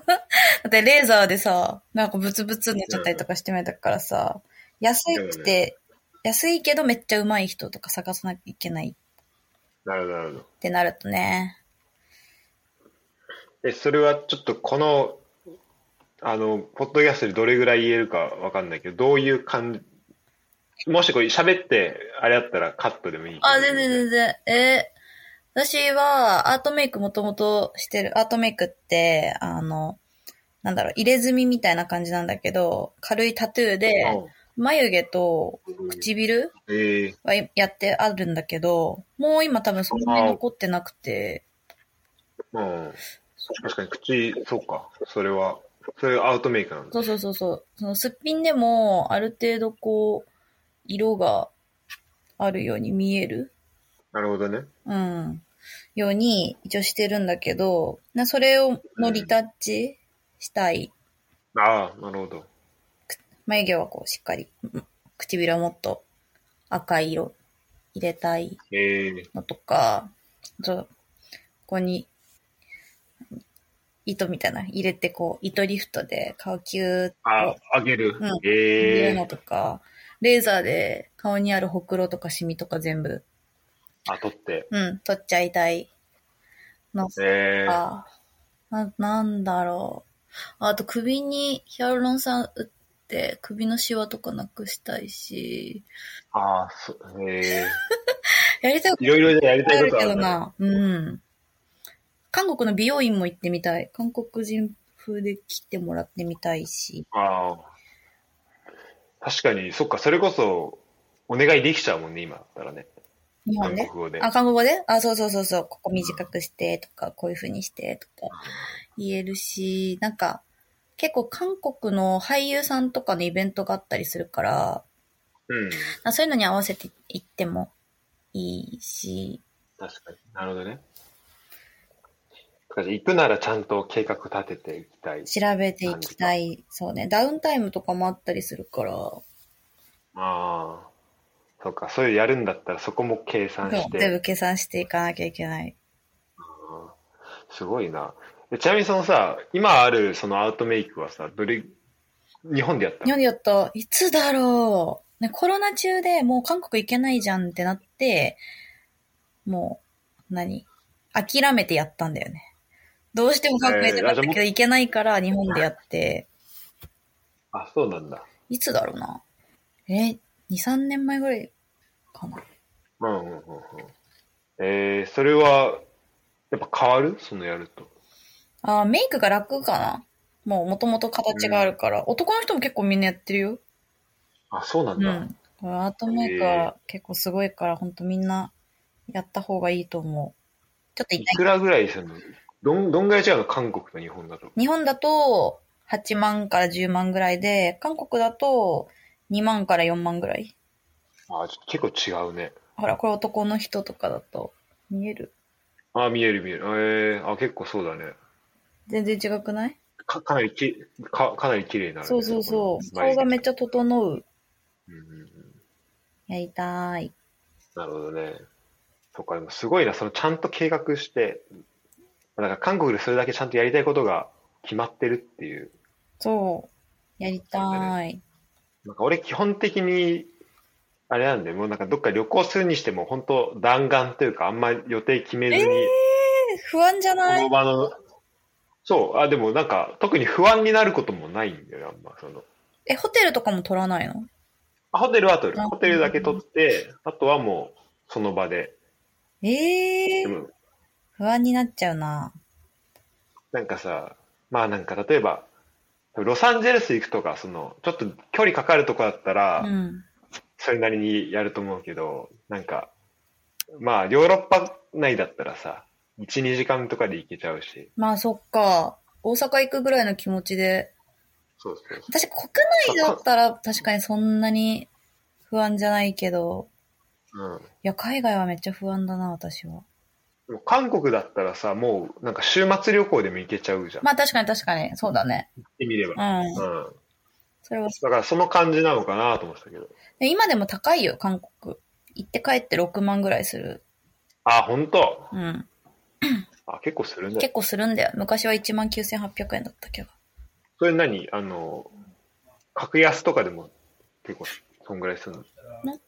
B: だってレーザーでさ、なんかブツブツになっちゃったりとかしてみたからさ、安いくて、安いけどめっちゃうまい人とか探さなきゃいけない
A: なるほど、なるほど。
B: ってなるとね。
A: え、それはちょっとこの、あの、ポッドキャストでどれぐらい言えるかわかんないけど、どういう感じ、もしこれ喋って、あれだったらカットでもいいけど
B: あ、全然全然。えー私はアートメイクもともとしてる。アートメイクって、あの、なんだろう、入れ墨みたいな感じなんだけど、軽いタトゥーで、眉毛と
A: うん
B: 唇
A: えー、
B: はやってあるんだけど、もう今多分そんなに残ってなくて、
A: うん。確かに口、そうか。それは、それアウトメイクなんだ。
B: そうそうそうそう、そのすっぴんでもある程度こう、色があるように見える、
A: なるほどね。
B: うん、ように一応してるんだけど、なそれをのリタッチしたい。
A: ああ、なるほど。
B: 眉毛はこうしっかり、うん唇はもっと赤い色入れたい。
A: ええ
B: のとか、あと、ここに、糸みたいなの入れて、こう、糸リフトで顔キューッ
A: あ、あげる。
B: うんと入
A: え
B: れる
A: え
B: のとか、レーザーで顔にあるほくろとかシミとか全部、
A: あ、取って。
B: うん、取っちゃいたいのと
A: ええ
B: か、な、なんだろう。あと首にヒアルロン酸打って、首のシワとかなくしたいし、
A: ああ、そええ
B: やりたいこと
A: いろいろじゃやりた
B: あ
A: い
B: る
A: こと
B: け
A: ある
B: ど
A: んだね。
B: な。うん。韓国の美容院も行ってみたい。韓国人風で切ってもらってみたいし。
A: ああ。確かに、そっか、それこそ、お願いできちゃうもんね、今だったらね。
B: 日
A: 韓国
B: 本ね。
A: 語で。
B: あ、韓国語であ、そうそうそうそう。ここ短くしてとか、こういう風にしてとか言えるし、なんか、結構韓国の俳優さんとかのイベントがあったりするから、
A: うん。
B: あそういうのに合わせて行ってもいいし、
A: 確かに。なるほどね。確かに行くならちゃんと計画立てていきたい。
B: 調べていきたい。そうね。ダウンタイムとかもあったりするから、
A: ああ。そっか、そういうやるんだったらそこも計算
B: そ
A: し
B: う全
A: て。
B: 部計算していかなきゃいけない。
A: あーすごいな。えちなみにそのさ、今あるそのアウトメイクはさ、どれ、日本でやった
B: 日
A: の
B: 本でやった、いつだろう。ね、コロナ中でもう韓国行けないじゃんってなって、もう、何諦めてやったんだよね。どうしても韓国行きたかっ
A: えー
B: たけ
A: あじゃ
B: ど行けないから日本でやって、
A: あ、そうなんだ。
B: いつだろうな。え、2、3年前ぐらいかな。
A: うんうんうんうん。えー、それは、やっぱ変わるそのやると。
B: あー、メイクが楽かな。もう元々形があるから、男の人も結構みんなやってるよ。
A: あ、そうなん
B: う
A: だ。
B: ん。これアートメイクは結構すごいから、ほんとみんなやった方がいいと思う。ちょっと痛い
A: いくらぐらいするのどん、どんぐらい違うの韓国と日本だと。
B: 日本だと8万から10万ぐらいで、韓国だと2万から4万ぐらい。
A: あー、ちょっと結構違うね。
B: ほら、これ男の人とかだと見える。
A: あー、見える見える。えー、あ、結構そうだね。
B: 全然違くない
A: かかなりきかかなり綺麗になるね、
B: そうそうそう。
A: この
B: 顔がめっちゃ整う。
A: うんうんうん
B: やりたい。
A: なるほどね。そっか、でもすごいな、そのちゃんと計画して、なんか韓国でそれだけちゃんとやりたいことが決まってるっていう。
B: そう。やりたい。
A: なんか俺基本的に、あれなんで、もうなんかどっか旅行するにしても本当弾丸というかあんまり予定決めずに、
B: え不安じゃ
A: こ
B: な
A: の
B: い
A: 場の、そう、あ、でもなんか特に不安になることもないんだよね、あんまその。
B: え、ホテルとかも取らないの
A: あホテルは取
B: う
A: る。
B: ん
A: ホテルだけ取って、あとはもうその場で。
B: ええ
A: でも
B: 不安になっちゃうな。
A: なんかさ、まあなんか例えば、ロサンゼルス行くとか、その、ちょっと距離かかるとこだった
B: う
A: ら、
B: ん。
A: それなりにやると思うけど、なんか、まあヨーロッパ内だったらさ、1、2時間とかで行けちゃうし。
B: まあそっか。大阪行くぐらいの気持ちで
A: そうそうそ
B: 私、国内だったら確かにそんなに不安じゃないけど、
A: う。うん。
B: いや、海外はめっちゃ不安だな、私は。
A: でも韓国だったらさ、もうなんか週末旅行でも行けちゃうじゃん。行
B: まあ確かに確かに、そうだね。
A: ってみれ
B: う
A: ば。
B: ん
A: う。ん。
B: それは、
A: だからその感じなのかなと思ってたけど。
B: で今でも高いよ、韓国。行って帰って6万ぐらいする。
A: あ、ほんと
B: うん。
A: あ、結構するね。
B: 結構するんだよ。昔は1万9800円だったけど。
A: それ何あの、格安とかでも結構、そんぐらいするの
B: なんか、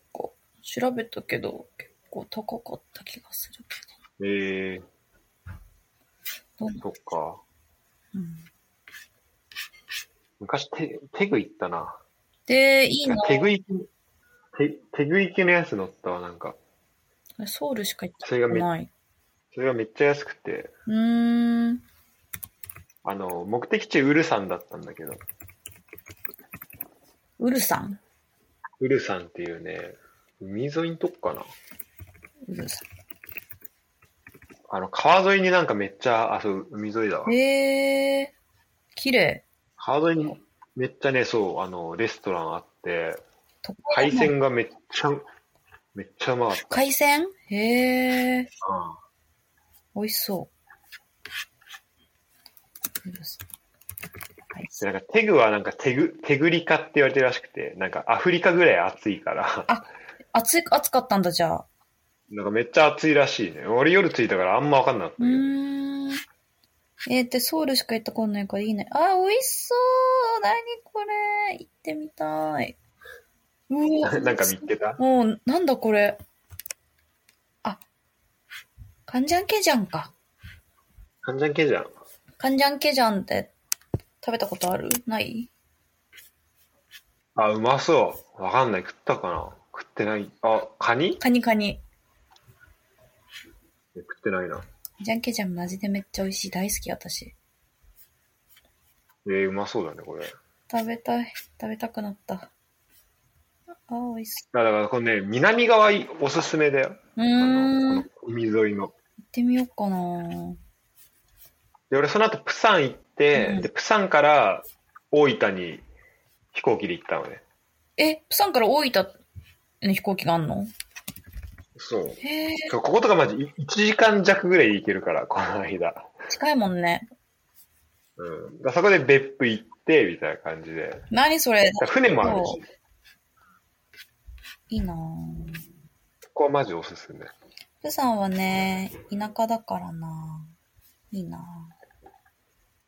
B: 調べたけど、結構高かった気がするけ
A: ええ
B: ど。どう
A: そっか。
B: うん、
A: 昔テ、テグ行ったな。
B: で、いいな。
A: テグ行き、テテグ行きのやつ乗ったわ、なんか。
B: ソウルしか行った
A: それが
B: こと
A: め、
B: ない。
A: それがめっちゃ安くて、
B: うーん。
A: あの、目的地ウルサンだったんだけど、
B: ウルサン
A: ウルサンっていうね、海沿いんとこかな。
B: ウルサ
A: あの、川沿いになんかめっちゃ、あ、そう、海沿いだわ
B: ン。。へえー。綺麗。
A: 川沿いにめっちゃね、そう、あの、レストランあって、
B: 都会
A: 海
B: だな
A: 鮮がめっちゃ、めっちゃうまかっ
B: 海鮮へえ、
A: たな。
B: 美味しそう。よし海鮮
A: で、なんかテグはなんかテグ、テグリカって言われてるらしくて、なんかアフリカぐらい暑いから、
B: 暑い、暑かったんだ、じゃあ。
A: なんかめっちゃ暑いらしいね。俺夜着いたからあんまわかんなかったけ
B: う
A: ど。
B: ーん。えー、ってソウルしか行ったことないからいいね。あー、美味しそう何これ行ってみたい。うわ
A: なんか見つけた
B: もう、なんだこれ。あ、カンジャンケジャンか。
A: カンジャンケジャン。
B: カンジャンケジャンって食べたことあるない
A: あ、うまそう。わかんない。食ったかな食ってない。あ、カニ
B: カニカニ。
A: 食ってないな。
B: じゃんけんじゃんマジでめっちゃ美味しい。大好き、私。
A: えー、うまそうだね、これ。
B: 食べたい。食べたくなった。あー、美味しそ
A: だから、このね、南側おすすめだよ。
B: う。
A: あ
B: うーん。
A: の
B: 行っ
A: この海沿いの。
B: てみようかな。
A: で、俺その後、プサン行って、
B: うん
A: で、プサンから大分に飛行機で行ったのね。
B: え、プサンから大分の飛行機があんの
A: そう。
B: へえ、
A: こことかまじ1時間弱ぐらいで行けるから、この間。
B: 近いもんね。
A: うん。だからそこで別府行って、みたいな感じで。だか
B: 何それ
A: ら船もあるし、
B: いいなぁ。
A: ここはマジおすすめ。
B: プサンはね、田舎だからなぁ。いいなぁ。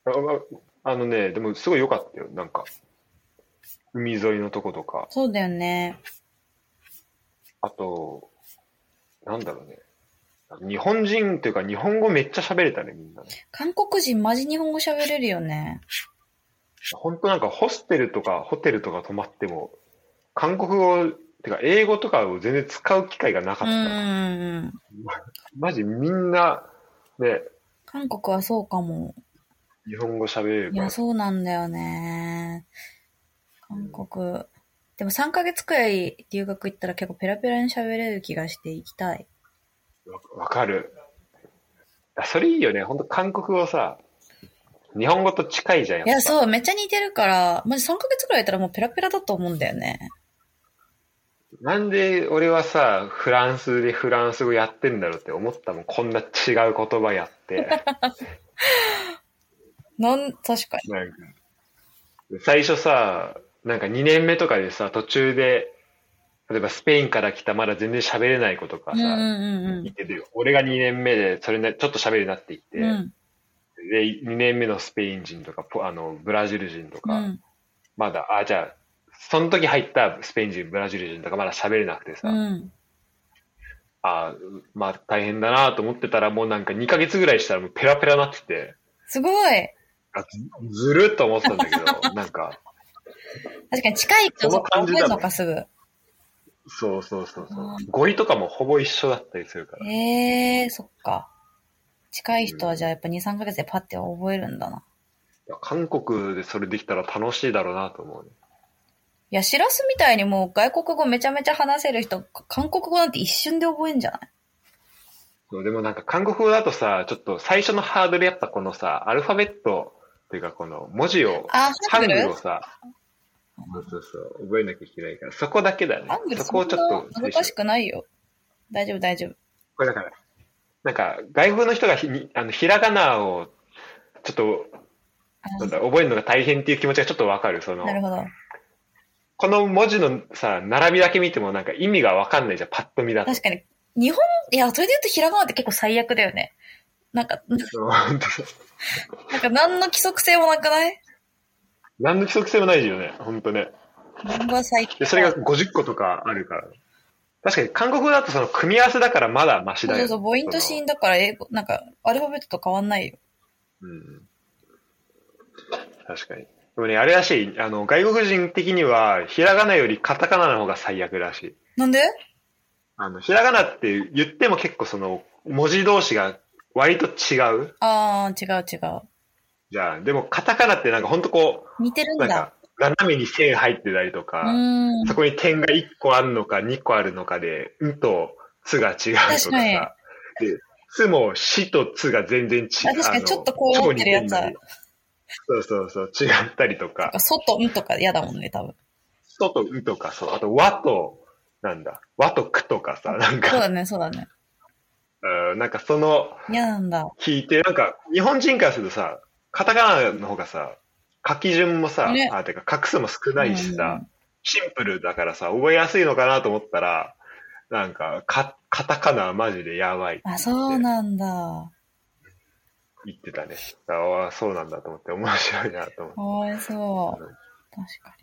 A: あああのね、でもすごい良かったよ、なんか。海沿いのとことか。
B: そうだよね。
A: あと、なんだろうね。日本人というか、日本語めっちゃ喋れたね、みんなね。
B: 韓国人マジ日本語喋れるよね。
A: ほんとなんかホステルとかホテルとか泊まっても、韓国語、てか英語とかを全然使う機会がなか
B: う
A: っ
B: んう
A: た。
B: んうん。
A: マジみんな、ね、
B: 韓国はそうかも。
A: 日本語喋れる
B: い
A: から
B: や、。そうなんだよね。韓国。でも3ヶ月くらい留学行ったら結構ペラペラに喋れる気がして行きたい。
A: わかる。あそれいいよね。ほんと韓国語さ、日本語と近いじゃん。やっ
B: い
A: ぱ
B: や、そう、めっちゃ似てるから、マジ3ヶ月くらいいたらもうペラペラだと思うんだよね。
A: なんで俺はさ、フランスでフランス語やってんだろうって思ったもん。こんな違う言葉やって。
B: なん、確かに。
A: なんか最初さ、なんか2年目とかでさ、途中で、例えばスペインから来たまだ全然喋れない子とか
B: うん
A: さ、
B: うんうん
A: いてるよ。俺が2年目で、それな、ちょっと喋るなって言って、
B: うん。うん。
A: で、2年目のスペイン人とか、ポあの、ブラジル人と
B: う
A: か、
B: ん。
A: まだ、あ、じゃあ、その時入ったスペイン人、ブラジル人とかまだ喋れなくてさ、
B: うん。
A: あーまあ大変だなと思ってたら、もうなんか2ヶ月ぐらいしたらもうペラペラなってて、
B: すごい。
A: あずずるっと思ってたんだけ ど、なんか、
B: 確かに近い人
A: その感じだね
B: 覚えるのかすぐ。
A: そうそうそうそう
B: あ。
A: 語彙とかもほぼ一緒だったりするから。
B: ええー、そっか。近い人はじゃあやっぱ2、3ヶ月でパッて覚えるんだな。
A: 韓国でそれできたら楽しいだろうなと思うね。
B: いや、シラスみたいにもう外国語めちゃめちゃ話せる人、韓国語なんて一瞬で覚えんじゃない
A: そうでもなんか韓国語だとさ、ちょっと最初のハードルやっぱこのさ、アルファベットっていうかこの文字を、
B: あ、ハ
A: ハ
B: ン
A: ン
B: グ
A: グ
B: ル
A: ルをさ、そうそうそう、覚えなきゃいけないから、そこだけだね
B: ハング。ル
A: そ
B: そ
A: こを
B: ん
A: ちょっと
B: な難しくないよ。大丈夫、大丈夫。
A: これだから、なんか、外国の人がひにあのひらがなを、ちょっと、なんだ覚えるのが大変っていう気持ちがちょっとわかる。その
B: な、るほど。
A: この文字のさ、並びだけ見てもなんか意味がわかんないじゃん、パッと見だと。
B: 確かに。日本、いや、それで言うとひらがなって結構最悪だよね。なんか、
A: そう 本当
B: なんか何の規則性もなくない
A: 何の規則性もないよね、ほんとね。
B: 僕は最近
A: で、それが50個とかあるから。確かに、韓国語だとその組み合わせだからまだマシ
B: そ
A: だよ。
B: うそうそう、母音と子音だから英語、なんか、アルファベットと変わんないよ。
A: うん確かに。でもね、あれらしい。あの、外国人的には、ひらがなよりカタカナの方が最悪らしい。
B: なんで
A: あの、ひらがなって言っても結構その、文字同士が割と違う。
B: あー、違う違う。
A: じゃあ、でもカタカナってなんかほんとこ
B: 似てる
A: う、
B: ん
A: なん
B: だ。
A: か、斜めに線入ってたりと
B: う
A: か、
B: ーん。
A: そこに点が1個あるのか2個あるのかで、んと、つが違うと
B: 確
A: か
B: かに
A: さ。で、つも、しとつが全然違う。
B: あ確かにちょっとこう
A: あの
B: なってるやつは
A: 超似んのにそうそうそう、違ったりとか。
B: 外、んとか嫌だもんね、多分。
A: ととうとか、そう、あと和と、なんだ、和とくとかさ、なん
B: そう
A: か、
B: だね、そうだね。
A: うんなんかその、
B: 嫌なんだ。
A: 聞いて、なんか、日本人からするとさ、カタカナの方がさ、書き順もさ、
B: ね
A: あ、てか、画数も少ないし
B: うんう
A: さ
B: ん、
A: シンプルだからさ、覚えやすいのかなと思ったら、なんか、か、カタカナはマジでやばいって
B: あ、そうなんだ。
A: 言ってたね。ああ、そうなんだと思って、面白いなと思って
B: か。わいそう。確か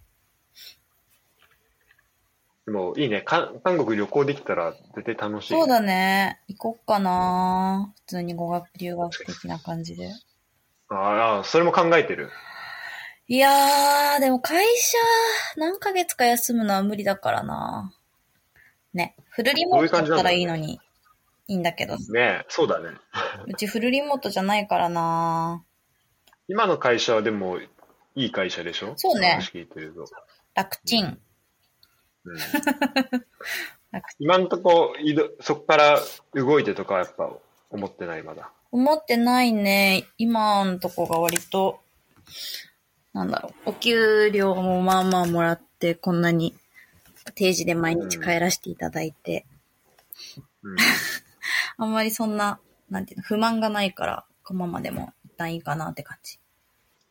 A: でも、いいね。か韓国旅行できたら、絶対楽
B: に。
A: しい。
B: そうだね。行こっかな普通に語学留学的な感じで。
A: ああ、それも考えてる。
B: いやー、でも会社、何ヶ月か休むのは無理だからなね。フルリモートだったらいいのに、いいんだけど。
A: ねえ、そうだね。
B: うちフルリモートじゃないからな
A: 今の会社はでも、いい会社でしょ
B: そうね
A: 話聞いてると。
B: 楽ちん。
A: うん今のとこ移動、そこから動いてとかはやっぱ思ってない、まだ。
B: 思ってないね。今のとこが割と、なんだろう。お給料もまあまあもらって、こんなに定時で毎日帰らせていただいて、
A: うん、
B: あんまりそんな、なんていうの、不満がないから、このままでも一旦いいかなって感じ。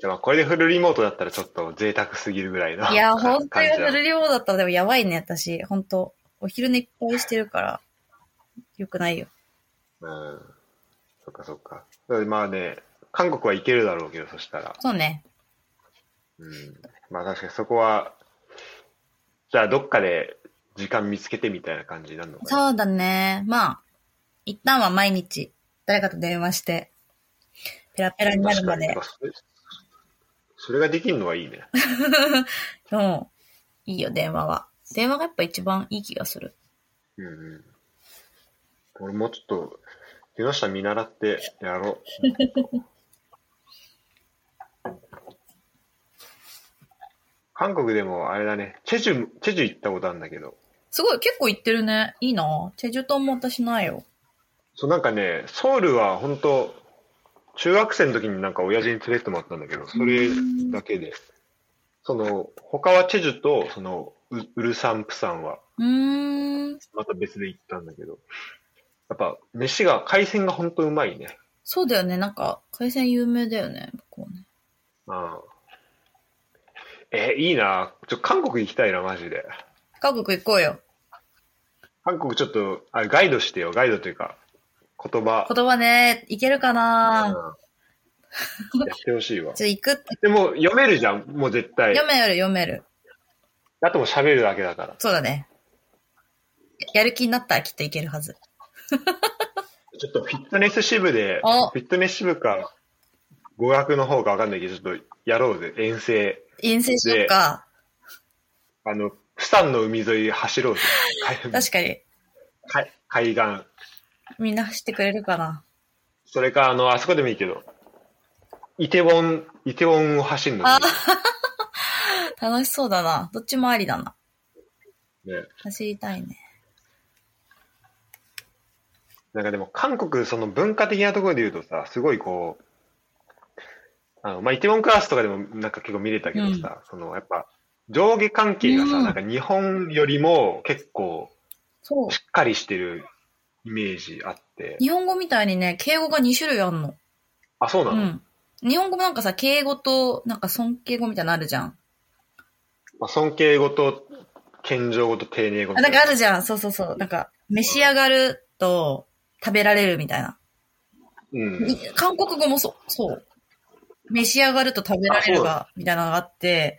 A: じゃあまあこれでフルリモートだったらちょっと贅沢すぎるぐらいの。
B: いや、ほんとに
A: 感じだ
B: フルリモートだったらでもやばいね、私。ほんと。お昼寝いっぱいしてるから、よくないよ。
A: うん。そっかそっか。だからまあね、韓国は行けるだろうけど、そしたら。
B: そうね。
A: うん。まあ確かにそこは、じゃあどっかで時間見つけてみたいな感じになるのかな。
B: そうだね。まあ、一旦は毎日、誰かと電話して、ペラペラになるま
A: 確。かにな
B: で
A: んかそれそれができるのはいいね。
B: うん。いいよ、電話は。電話がやっぱ一番いい気がする。
A: うんうん。俺もちょっと、木下見習ってやろう。 韓国でもあれだね、チェジュ、チェジュ行ったことあるんだけど、
B: すごい、結構行ってるね。いいなチェジュ島も私ないよ。
A: そうなんかね、ソウルは本当中学生の時になんか親父に連れてってもらったんだけど、それだけで、その、他はチェジュと、その、ウウルサン、プサンは、
B: うーん。
A: また別で行ったんだけど、やっぱ、飯が、海鮮が本当うまいね。
B: そうだよね。なんか、海鮮有名だよね。向こうね。
A: うん。え、いいな。ちょ、韓国行きたいな、マジで。
B: 韓国行こうよ。
A: 韓国ちょっと、あガイドしてよ、ガイドというか、言葉、
B: 言葉ね、行けるかな
A: うんやってほしいわ。
B: ちょ、行く、
A: でも、読めるじゃん、もう絶対。
B: 読める読める。
A: あともう喋るだけだから。
B: そうだね。やる気になったらきっと行けるはず。
A: ちょっとフィットネス支部で、
B: お
A: フィットネス支部か、語学の方かわかんないけど、ちょっとやろうぜ、遠征。
B: 遠征しよっか。
A: あの、プサンの海沿い走 ろうぜ。
B: 確かに。
A: かに。海岸。
B: みんな走ってくれるかな。
A: それか、あの、あそこでもいいけど、イテウォン、イテウォンを走るのもいいね
B: 楽しそうだな。どっちもありだな。
A: ね。
B: 走りたいね。
A: なんかでも韓国、その文化的なところで言うとさ、すごいこう、あの、まあ、イテウォンクラスとかでもなんか結構見れたけどさ、そのやっぱ上下関係がさ、
B: うん
A: なんか日本よりも結構
B: そう
A: し。っかりしてるイメージあって、
B: 日本語みたいにね、敬語が2種類あんの。
A: あ、そうな
B: う
A: の、
B: ん。日本語もなんかさ、敬語と、なんか尊敬語みたいなのあるじゃん。
A: まあ、尊敬語と謙譲語と丁寧語
B: あ、
A: みた
B: ないんか
A: な
B: あるじゃん。そうそうそう。なんか、召し上がると、食べられるみたいな。
A: うん。
B: に韓国語もそう、そう。召し上がると食べられるが、みたいなのがあって、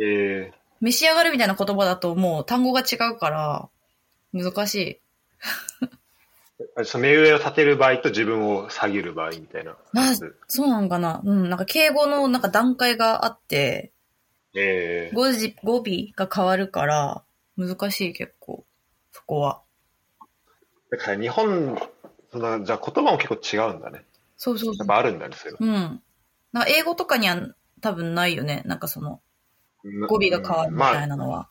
A: え
B: 召し上がるみたいな言葉だともう単語が違うから、難しい。
A: ー、その目上を立てる場合と自分を下げる場合みたいな。
B: あそうなんかなうん、なんか敬語のなんか段階があって、
A: えー、
B: 語字、語尾が変わるから、難しい結構、そこは。
A: だから日本、そのじゃあ言葉も結構違うんだね。
B: そうそう
A: や
B: そう
A: っ。ぱあるんだね、それは。
B: うん。なんか英語とかには多分ないよね。なんかその、
A: うん
B: 語尾が変わるみたい
A: まあ、
B: なのは。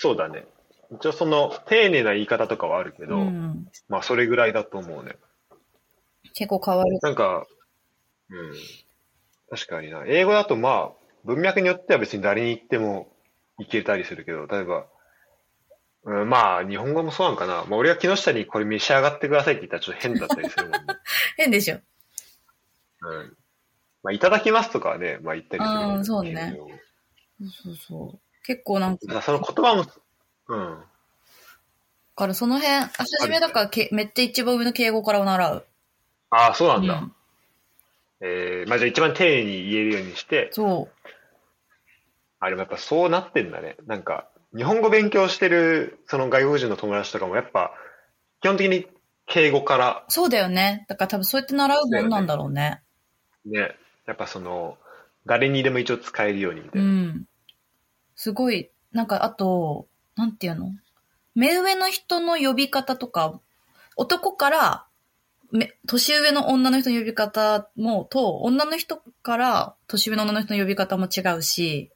A: そうだね。一応その、丁寧な言い方とかはあるけど、
B: うん。
A: まあそれぐらいだと思うね。
B: 結構変わる。
A: なんか、うん。確かにな。英語だとまあ、文脈によっては別に誰に言ってもいけたりするけど、例えば、うん、まあ、日本語もそうなんかな。まあ、俺が木下にこれ召し上がってくださいって言ったらちょっと変だったりするもんね。
B: 変でしょ。
A: うん。まあ、いただきますとかはね、まあ言ったりするもん
B: うんそうね
A: けど
B: そうそうそう。結構なん
A: だか
B: か、
A: らその言葉も、うん。
B: からその辺、あ、初めだからけめっちゃ一番上の敬語から習う。
A: ああ、そうなんだ。
B: うん
A: えー、まあじゃあ一番丁寧に言えるようにして、
B: そう。
A: あ、でもやっぱそうなってんだね。なんか、日本語勉強してる、その外国人の友達とかも、やっぱ、基本的に敬語から、
B: そうだよね。だから多分そうやって習うもんなんだろうね。
A: ね、やっぱその、誰にでも一応使えるようにみた
B: う
A: いな。
B: ん。すごい、なんかあと、なんていうの目上の人の呼び方とか、男から、め年上の女の人の呼び方も、と、女の人から年上の女の人の呼び方も違うし、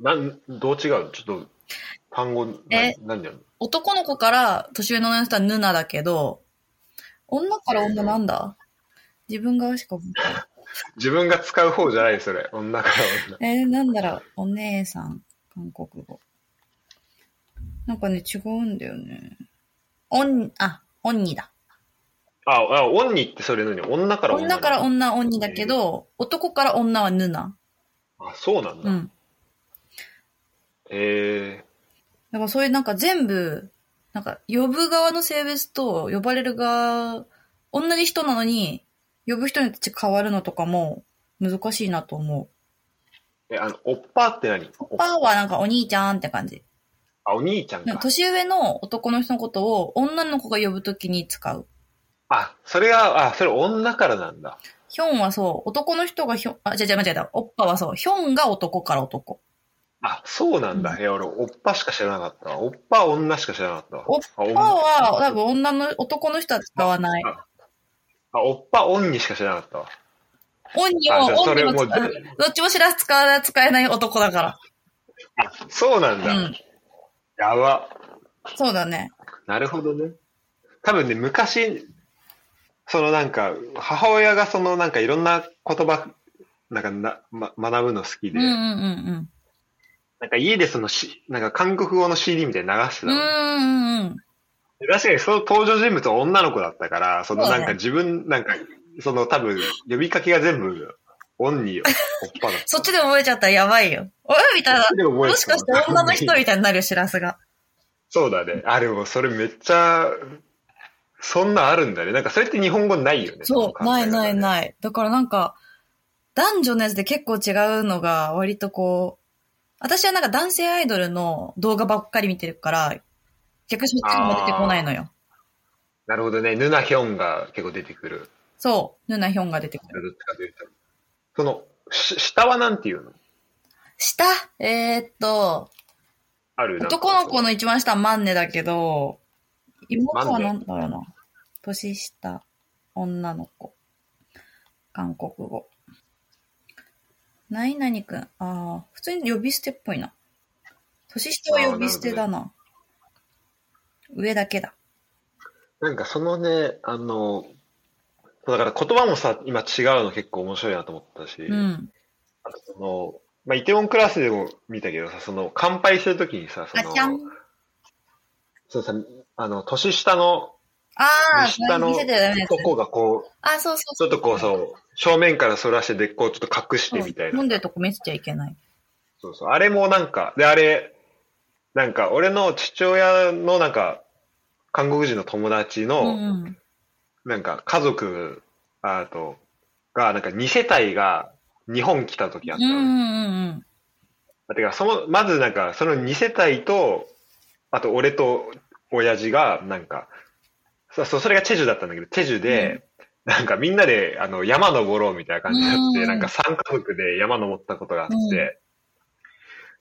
A: なん、どう違うのちょっと、単語、な
B: え
A: なんだよ。
B: 男の子から年上の女の人はヌナだけど、女から女なんだ自分側しか覚えてない
A: 自分が使う方じゃない、それ。女から女。
B: えー、なんだろう、お姉さん、韓国語。なんかね、違うんだよね。おん、あ、おんにだ。
A: あ、あ、オンニってそれ何女から女な
B: 女
A: の
B: から女、おんにだけど、男から女はぬな。
A: あ、そうなんだ。
B: うん。
A: え
B: だからそういうなんか全部、なんか呼ぶ側の性別と呼ばれる側、同じ人なのに、呼ぶ人によって変わるのとかも難しいなと思う。
A: ー、え、あの、おっぱって何
B: おばあはなんかお兄ちゃんって感じ。
A: あ、お兄ちゃん
B: なん
A: か
B: か。年上の男の人のことを女の子が呼ぶときに使う。
A: あ、それが、あ、それ女からなんだ。
B: ヒョンはそう、男の人がヒョン、あ、じゃじゃ間違えた。おっぱはそう、ヒョンが男から男。
A: あ、そうなんだ。いや、俺、おっぱしか知らなかったわ。おっぱ女しか知らなかったわ。
B: おっ
A: あ女
B: ぱは多分女の、男の人は使わない。
A: あ、おっぱオンにしか知らなかったわ。
B: オンに
A: あ
B: も、
A: じゃあ
B: オ
A: そ
B: ンに
A: れ
B: も
A: も
B: 使
A: う
B: う。どっちも知らず使わ使えない男だか
A: あ、そうなん
B: ら。
A: だ。
B: うん。
A: やば。
B: そうだね。
A: なるほどね。多分ね、昔、そのなんか、母親がそのなんかいろんな言葉、なんかな、ま、学ぶの好き
B: う
A: で、
B: んうんうん
A: なんか家でそのし、なんか韓国語の CD みたいに流してた
B: うん。う
A: の。
B: んうんうん。
A: 確かにその登場人物は女の子だったから、その
B: そう
A: な
B: ね
A: んか自分、なんか、その多分、呼びかけが全部、オンに、おっぱだった。
B: そっちで覚えちゃったらやばいよ。おいみたいな。
A: で覚え
B: も
A: て
B: したかして女の人みたいになるよ、しらすが。
A: そうだね。あ、でもそれめっちゃ、そんなあるんだね。なんかそれって日本語ないよね。
B: そう、ないない
A: い。
B: ない。だからなんか、男女のやつで結構違うのが、割とこう、私はなんか男性アイドルの動画ばっかり見てるから、逆にそっちにも出てこないのよ。
A: なるほどね。ヌナヒョンが結構出てくる。
B: そう、ヌナヒョンが出てくる。
A: どっちかというと。その、し下はなんていうの
B: 下、えーっと、
A: あるなんか
B: 男の子の一番下はマンネだけど、妹はなんだろうな。年下、女の子。韓国語。何々くん。ああ、普通に呼び捨てっぽいな。年下は呼び捨てだな。上だけだ。
A: なんかそのね、あの、だから言葉もさ、今違うの結構面白いなと思ったし、
B: うん。
A: あとその、まあ、イテウォンクラスでも見たけどさ、その、乾杯するときにさ、そ
B: あちゃ
A: の、。
B: ん
A: そうさ、あの、年下の、
B: ああ、
A: 下の
B: 見せてダメです。
A: 男がこう、
B: あそうそう
A: ち
B: そ
A: ょっとこうそう、正面から反らして、で、こうちょっと隠して
B: う。
A: みたい
B: 飲
A: な。
B: んでるとこ見せちゃいけない。
A: そうそう。あれもなんか、で、あれ、なんか、俺の父親のなんか、韓国人の友達
B: う
A: の、
B: んうん。
A: なんか家族、あと、が、なんか2世帯が日本来た時あっ
B: う
A: た
B: ん
A: の。
B: うんうん。
A: だからその、まずなんか、その2世帯と、あと俺と親父が、なんか、そそそれがチェジュだったんだけど、チェジュで、なんかみんなであの山登ろうみたいな感じになって、
B: うん
A: なんか3家族で山登ったことがあって、
B: うん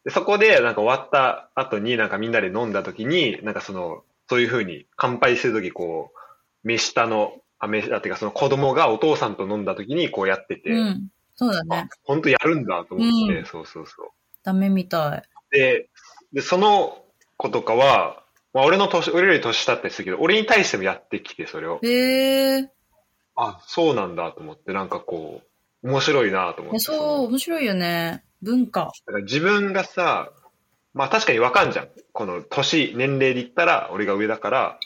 A: でそこでなんか終わった後になんかみんなで飲んだ時に、なんかその、そういう風に乾杯する時こう、目下の、あ、目下、てかその子供がお父さんと飲んだ時にこうやってて、
B: うん。そうだ
A: あ
B: ね。、
A: 本当やるんだと思って、
B: うん
A: そうそうそう。
B: ダメみたい。
A: で、で、その子とかは、まあ、俺の年、俺より年下ってするけど、俺に対してもやってきて、それを。
B: へえー。
A: あ、そうなんだと思って、なんかこう、面白いなと思っ
B: ね
A: て。
B: そう、面白いよね。文化。
A: だから自分がさ、まあ確かにわかんじゃん。この年、年齢で言ったら、俺が上だから、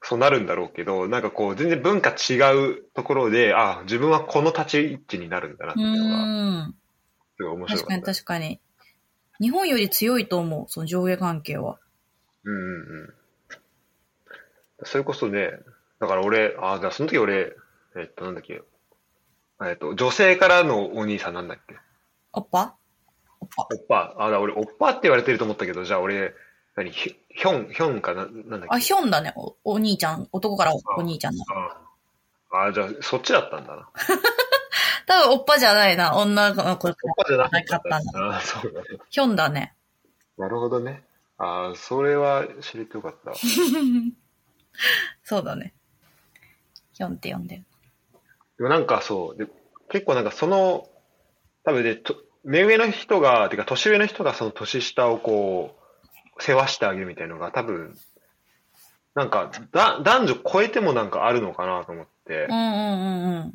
A: そうなるんだろうけど、なんかこう、全然文化違うところで、あ、自分はこの立ち位置になるんだなっ
B: う
A: ていうのが、
B: ーん。
A: すごい面白
B: 確か
A: かっ
B: に
A: た。
B: 確かに。日本より強いと思う、その上下関係は。
A: うんうんうん。それこそね、だから俺、あ、だからその時俺、えっと、なんだっけ、えっと、女性からのお兄さんなんだっけ、
B: おっぱおっぱ。
A: おっぱ、あ、だから俺、おっぱって言われてると思ったけど、じゃあ俺、何、ひひょん、ひょんかな、なんだっけ。
B: あ、ヒョンだね。おお兄ちゃん。男からおお兄ちゃんだ。
A: ああ、じゃあ、そっちだったんだな。
B: 多分おっぱじゃないな。女の子。
A: おっぱじゃなかっ
B: なか
A: た
B: ったん
A: ああ、そうだね。
B: ヒョンだね。
A: なるほどね。ああ、それは知れてよかったわ。
B: そうだね。ヒョンって呼んでる。
A: でもなんかそう、で結構なんかその、多分で、と目上の人が、てか年上の人がその年下をこう、世話してあげるみたいのが多分、なんか、だ、男女超えてもなんかあるのかなと思って
B: う。んうんうんうん。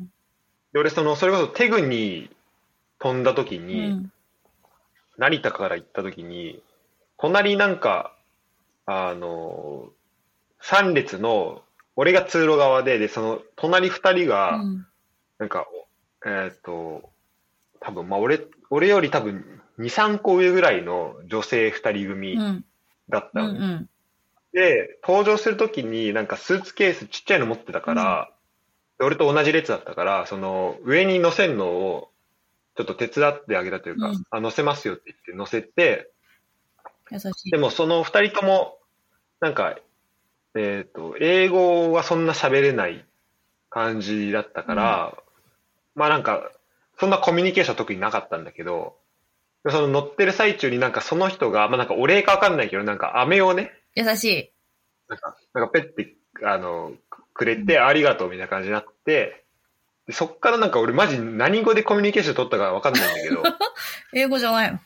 A: で、俺その、それこそテグに飛んだ時
B: う
A: に、
B: ん
A: 成田から行った時に、隣なんか、あの、3列の、俺が通路側で、で、その、隣2人が、
B: うん
A: なんか、おえーっ、と、多分、まあ、俺、俺より多分、2、3個上ぐらいの女性2人組
B: うん
A: だった
B: う
A: の、
B: んうん。
A: で、登場するときに、なんかスーツケースちっちゃいの持ってたから、で俺と同じ列だったから、その、上に乗せるのを、ちょっと手伝ってあげたというか、
B: うん
A: あ、乗せますよって言って乗せて、
B: 優しい
A: で。もその二人とも、なんか、えっ、と、英語はそんな喋れない感じだったから、まあなんか、そんなコミュニケーション特になかったんだけど、その乗ってる最中になんかその人が、まあなんかお礼かわかんないけど、なんか飴をね、
B: 優しい。
A: なんかペッて、あの、くれて、ありがとうみたいな感じになって、でそっからなんか俺マジ何語でコミュニケーション取ったかわかんないんだけど、
B: 英語じゃないの。
A: い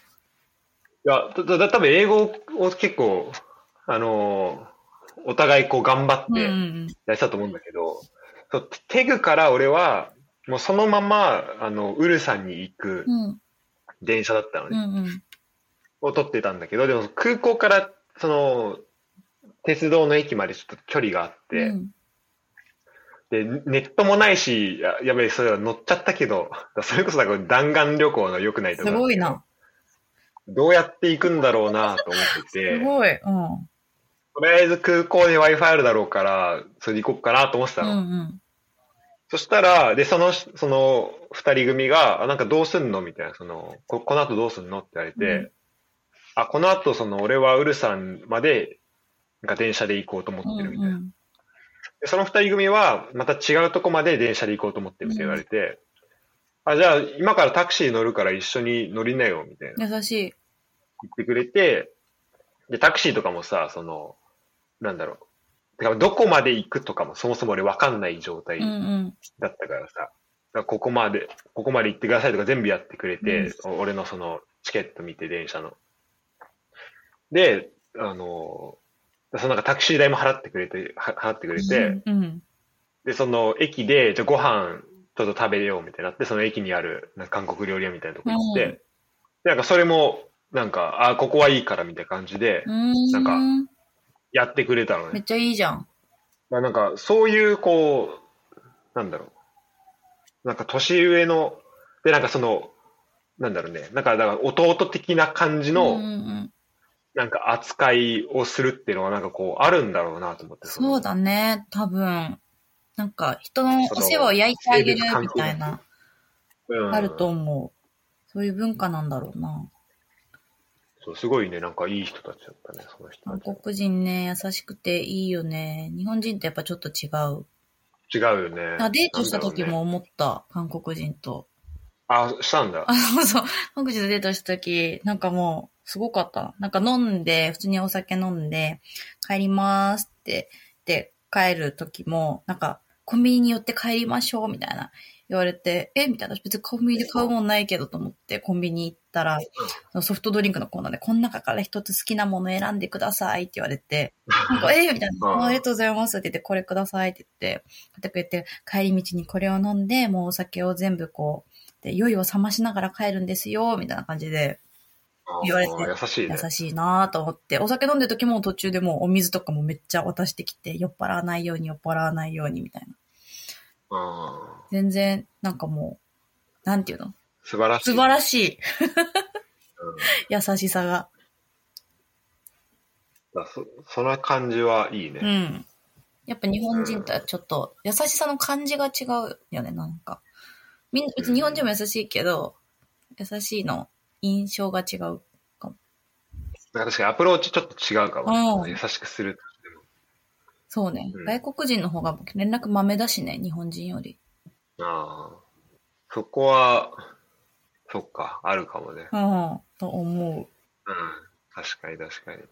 A: や、ただ、多分英語を結構、あのーお互いこう頑張っ
B: うんう
A: てや
B: ん
A: ってたと思うんだけど、そうテグから俺は、もうそのまま、あの、ウルサンに行く
B: うん。うん
A: 電車だったの
B: う
A: ね、
B: んうん。
A: を取ってたんだけど、でも空港から、その、鉄道の駅までちょっと距離があって、
B: うん
A: で、ネットもないし、ややべえ、それは乗っちゃったけど、 それこそなんか弾丸旅行の良くないとこ
B: す
A: ろんだ
B: ご
A: け
B: い
A: ど
B: な。
A: どうやって行くんだろうなと思ってて。
B: すごい。うん。
A: とりあえず空港に Wi-Fi あるだろうから、それで行こっかなと思ってた
B: うん
A: の。
B: うん。
A: そしたら、で、その、その二人組が、あなんかどうすんのみたいな、その、ここの後どうすんのって言われて、
B: うん
A: あ、この後、その、俺はウルさんまで、なんか電車で行こうと思
B: う
A: ってるみたい
B: ん
A: な。
B: うん。
A: でその二人組は、また違うとこまで電車で行こうと思ってるって言われて、あ、じゃあ、今からタクシー乗るから一緒に乗りなよ、みたいな。
B: 優しい。
A: 言ってくれて、で、タクシーとかもさ、その、なんだろう。てか、どこまで行くとかもそもそも俺わかんない状態
B: うんう
A: だ
B: ん。
A: ったからさ、だからここまで、ここまで行ってくださいとか全部やってくれて、俺のそのチケット見て電車の。で、あの、そのなんかタクシー代も払ってくれて、は払ってくれて、
B: うん。
A: で、その駅で、じゃあご飯ちょっと食べようみたいになって、その駅にあるなんか韓国料理屋みたいなとこ行って、
B: うん
A: でなんかそれも、なんか、あ、ここはいいからみたいな感じで
B: う、ん。
A: なんかやってくれたの
B: めっ
A: ね。
B: ちゃいいじゃん。
A: まあなんか、そういう、こう、なんだろう。なんか、年上の、で、なんかその、なんだろうね。なんか、だから、弟的な感じ
B: うんう
A: の、
B: んうん
A: なんか、扱いをするっていうのは、なんかこう、あるんだろうなと思って。の
B: そうだね、多分。なんか、人のお世話を焼いてあげるみたいな、
A: うん
B: あると思う。そういう文化なんだろうな。
A: そう、すごいね、なんかいい人たちだったね、その人た
B: 韓
A: ち。
B: 国人ね、優しくていいよね。日本人とやっぱちょっと違う。
A: 違うよね。
B: あデートした時
A: なんだろうね。
B: も思った、韓国人と。
A: あ、したんだ。
B: あ、そうそう。韓国人とデートした時、なんかもう、すごかったな。なんか飲んで、普通にお酒飲んで、帰りますって、で、帰る時も、なんか、コンビニに寄って帰りましょう、みたいな。言われて、えみたいな。別にコンビニで買うもんないけどと思って、コンビニ行ったら、そのソフトドリンクのコーナーで、この中から一つ好きなもの選んでくださいって言われて、なんか、えみたいな。
A: うん
B: あありがとうございますって言って、これくださいって言って、買ってくれて、帰り道にこれを飲んで、もうお酒を全部こう、で、酔いを覚ましながら帰るんですよ、みたいな感じで、言われて
A: あー優しいね。
B: 優しいなぁと思って、お酒飲んでる時も途中でもうお水とかもめっちゃ渡してきて、酔っ払わないように酔っ払わないようにみたいな。
A: あー
B: 全然、なんかもう、なんていうの
A: 素晴らしい。
B: 素晴らしい。優しさが。
A: うんだそその感じはいいうね。
B: ん。やっぱ日本人とはちょっと、優しさの感じが違うよね、なんか。みんな、別に日本人も優しいけど、優しいの印象が違う。
A: なんか確かにアプローチちょっと違うかも。
B: うん
A: 優しくする。
B: そうね。
A: うん
B: 外国人の方が連絡豆だしね、日本人より。
A: ああ。そこは、そっか、あるかもね。
B: うん、と思う。
A: うん。確かに確かに。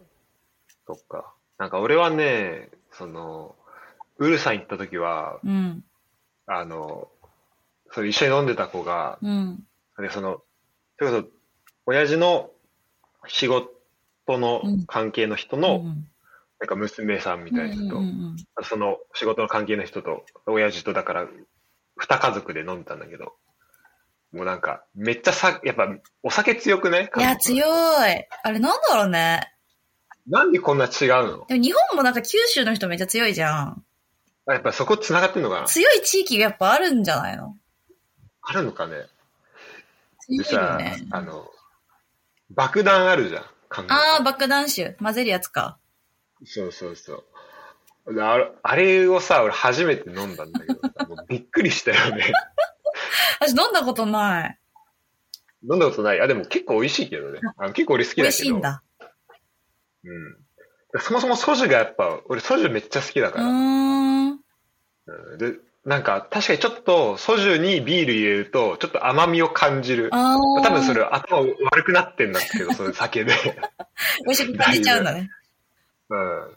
A: そっか。なんか俺はね、その、ウルさん行った時は、
B: うん、
A: あの、それ一緒に飲んでた子が、
B: うん、
A: で、その、それこそ、親父の仕事との
B: うん
A: 関係の人
B: う
A: の、
B: ん
A: なんか娘さんみ
B: うんう
A: たい
B: ん
A: な
B: う
A: 人と、
B: ん
A: その仕事の関係の人と、親父とだから、二家族で飲んでたんだけど、もうなんか、めっちゃさ、やっぱ、お酒強くね
B: いや、強い。あれなんだろうね。
A: なんでこんな違うの
B: でも日本もなんか九州の人めっちゃ強いじゃん。
A: やっぱそこ繋がってんのかな
B: 強い地域がやっぱあるんじゃないの
A: あるのかね
B: 強
A: で
B: いよ
A: さ
B: ね。、
A: あの、爆弾あるじゃん。韓国
B: あー、爆弾酒。混ぜるやつか。
A: そうそうそう。であれあれをさ、俺初めて飲んだんだけどさ、もうびっくりしたよね。
B: 私飲んだことない。
A: 飲んだことない。あ、でも結構美味しいけどね。あの結構俺好きだけ
B: 美
A: ど。
B: 味しいんだ。
A: うん。そもそもソジュがやっぱ、俺ソジュめっちゃ好きだ
B: う
A: から。
B: ーん。
A: うんで、なんか確かにちょっとソジュにビール入れると、ちょっと甘みを感じる。
B: あー。
A: 多分それ頭悪くなってんだけど、それ酒で。
B: 美味しく感じちゃうんだね。
A: うん。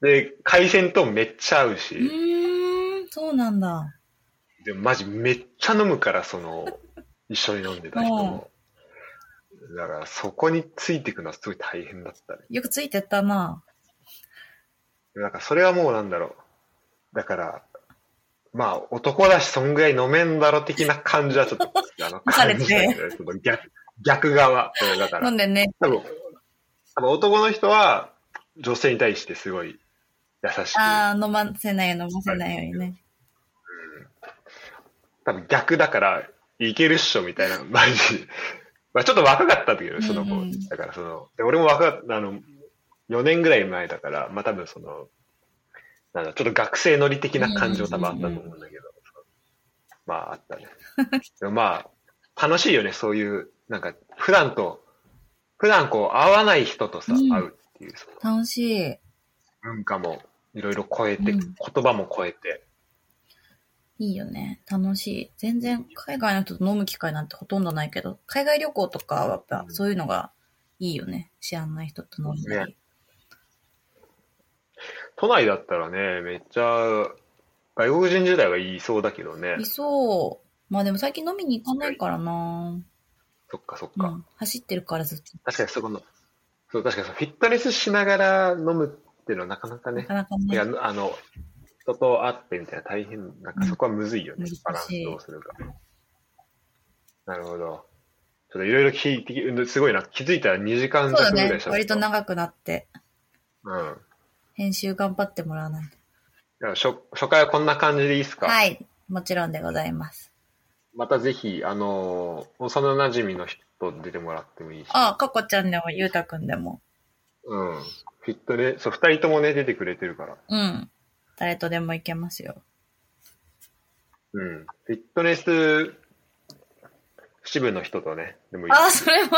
A: で、海鮮とめっちゃ合う
B: う
A: し、
B: ーん。そうなんだ。
A: でもマジめっちゃ飲むから、その、 一緒に飲んでた人も。だからそこについていくのはすごい大変だったね。
B: よくついてったな。
A: なんかそれはもうなんだろう。だから、まあ男だしそんぐらい飲めんだろ的な感じはちょっと、あの、
B: され
A: 感
B: て
A: じたけどねその逆、逆側。うんだか
B: 飲
A: ら、
B: んでね。
A: 多分、多分男の人は女性に対してすごい優しく、
B: あー、飲ませないように飲ませないようにね。
A: 多分逆だから、いけるっしょみたいな、マジ。 まあちょっと若かったんだけど、その子。
B: うんうん
A: だからその、で俺も若かった、あの、4年ぐらい前だから、まあ多分その、なんだ、ちょっと学生乗り的な感情多分あったと思うんだけど、まああったね。 でもまあ、楽しいよね、そういう、なんか、普段と、普段こう、会わない人とさ、
B: うん
A: 会うっていう、その
B: 楽しい。
A: 文化もいろいろ超えて、
B: うん
A: 言葉も超えて、
B: いいよね。楽しい。全然海外の人と飲む機会なんてほとんどないけど、海外旅行とかはやっぱそういうのがいいよね。知らない人と飲んだり。
A: 都内だったらね、めっちゃ、外国人時代はいそうだけどね
B: い。そう。まあでも最近飲みに行かないからな、
A: そっかそっ
B: う
A: か。
B: ん、走ってるからずっと。
A: 確かにそこの、そう、確かにそのフィットネスしながら飲むっていうのはなかなか
B: な
A: ね、
B: かなか
A: いや
B: ね。、
A: あの、人と会ってみたいな大変、なんかそこはむずいよね
B: うん、
A: バランスどうするか。なるほど。ちょっといろいろ聞いて、うんすごいな、気づいたら2時間
B: そう
A: 弱
B: だ
A: ぐらい喋
B: ね
A: っ。た。
B: 割と長くなって、
A: うん。
B: 編集頑張ってもらわないと。
A: じゃあ初初回はこんな感じでいいですか
B: はい。もちろんでございます。
A: またぜひ、あのー、幼馴染の人出てもらってもいいし。
B: あ、かこちゃんでも、ゆうたくんでも。
A: うん。フィットネス、そう、二人ともね、出てくれてるから。
B: うん。誰とでも行けますよ。
A: うん。フィットネス支部の人とね、でもいい。
B: あ、それも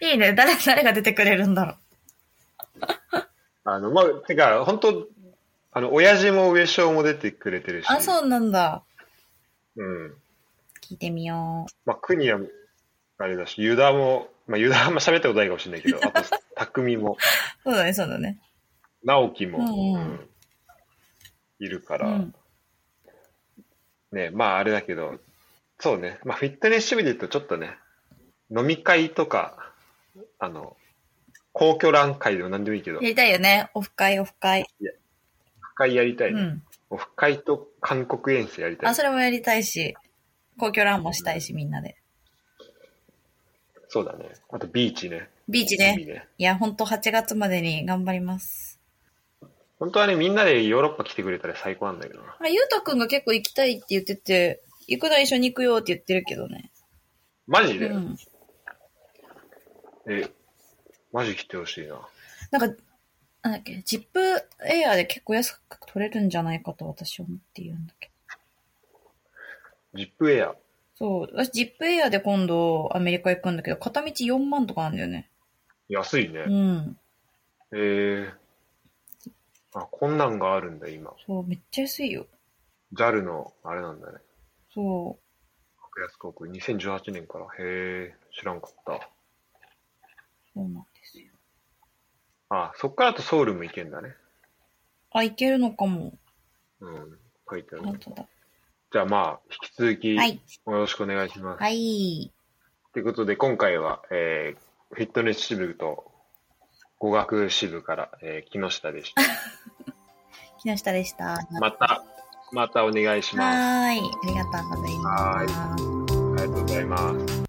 B: いいね。誰、誰が出てくれるんだろう。
A: あの、まあ、てか、本当あの、親父も上昇も出てくれてるし。
B: あ、そうなんだ。
A: う。うん。
B: 聞いてみよう。
A: まあ、国は、あれだし、ユダも、まあ、ユダあんま喋ったことないかもしれないけど、あ と、匠も、
B: そうだね、そうだね。
A: 直樹も、
B: うんうん
A: いるか
B: う
A: ら、
B: ん。
A: ね、まあ、あれだけど、そうね、まあ、フィットネス支部で言うと、ちょっとね、飲み会とか、あの、公共覧会でも何でもいいけど
B: や、りたいよね。オフ会、オフ会。
A: オフ会やりたいうね。
B: ん。
A: オフ会と韓国遠征やりたい。
B: あ、それもやりたいし、公共ランもしたいし、みんなで。
A: そうだね。あとビーチね。
B: ビーチ
A: 海
B: ね。
A: ね。
B: いや、ほんと8月までに頑張ります。
A: 本当はね、みんなでヨーロッパ来てくれたら最高なんだけどな。
B: あ、ゆうたくんが結構行きたいって言ってて、行くなら一緒に行くよって言ってるけどね。
A: マジ
B: う
A: で、
B: ん。
A: え、マジ来てほしいな。
B: なんか、なんだっけ、ジップエアで結構安く取れるんじゃないかと私は思っているんだけど。
A: ジップエア。
B: そう。私、ジップエアで今度アメリカ行くんだけど、片道4万とかなんだよね。
A: 安いね
B: う。ん。
A: えー。あ、こんなんがあるんだ、今。
B: そう、めっちゃ安いよ。
A: JAL の、あれなんだね。
B: そ
A: 格安航空。2018年から。へえ、知らんかった。
B: う。そうなんですよ。
A: あ、そっからだとソウルも行けんだね。
B: あ、行けるのかも。
A: うん。書いてある。
B: 本当だ。
A: じゃあまあ、引き続き、
B: は
A: よ
B: い。
A: ろしくお願いします。
B: はい。
A: ということで、今回は、えー、フィットネス支部と語学支部から、えー木下で した。
B: 木下でした。
A: また、またお願いします。
B: はーい。ありがとうございます。
A: ありがとうございます。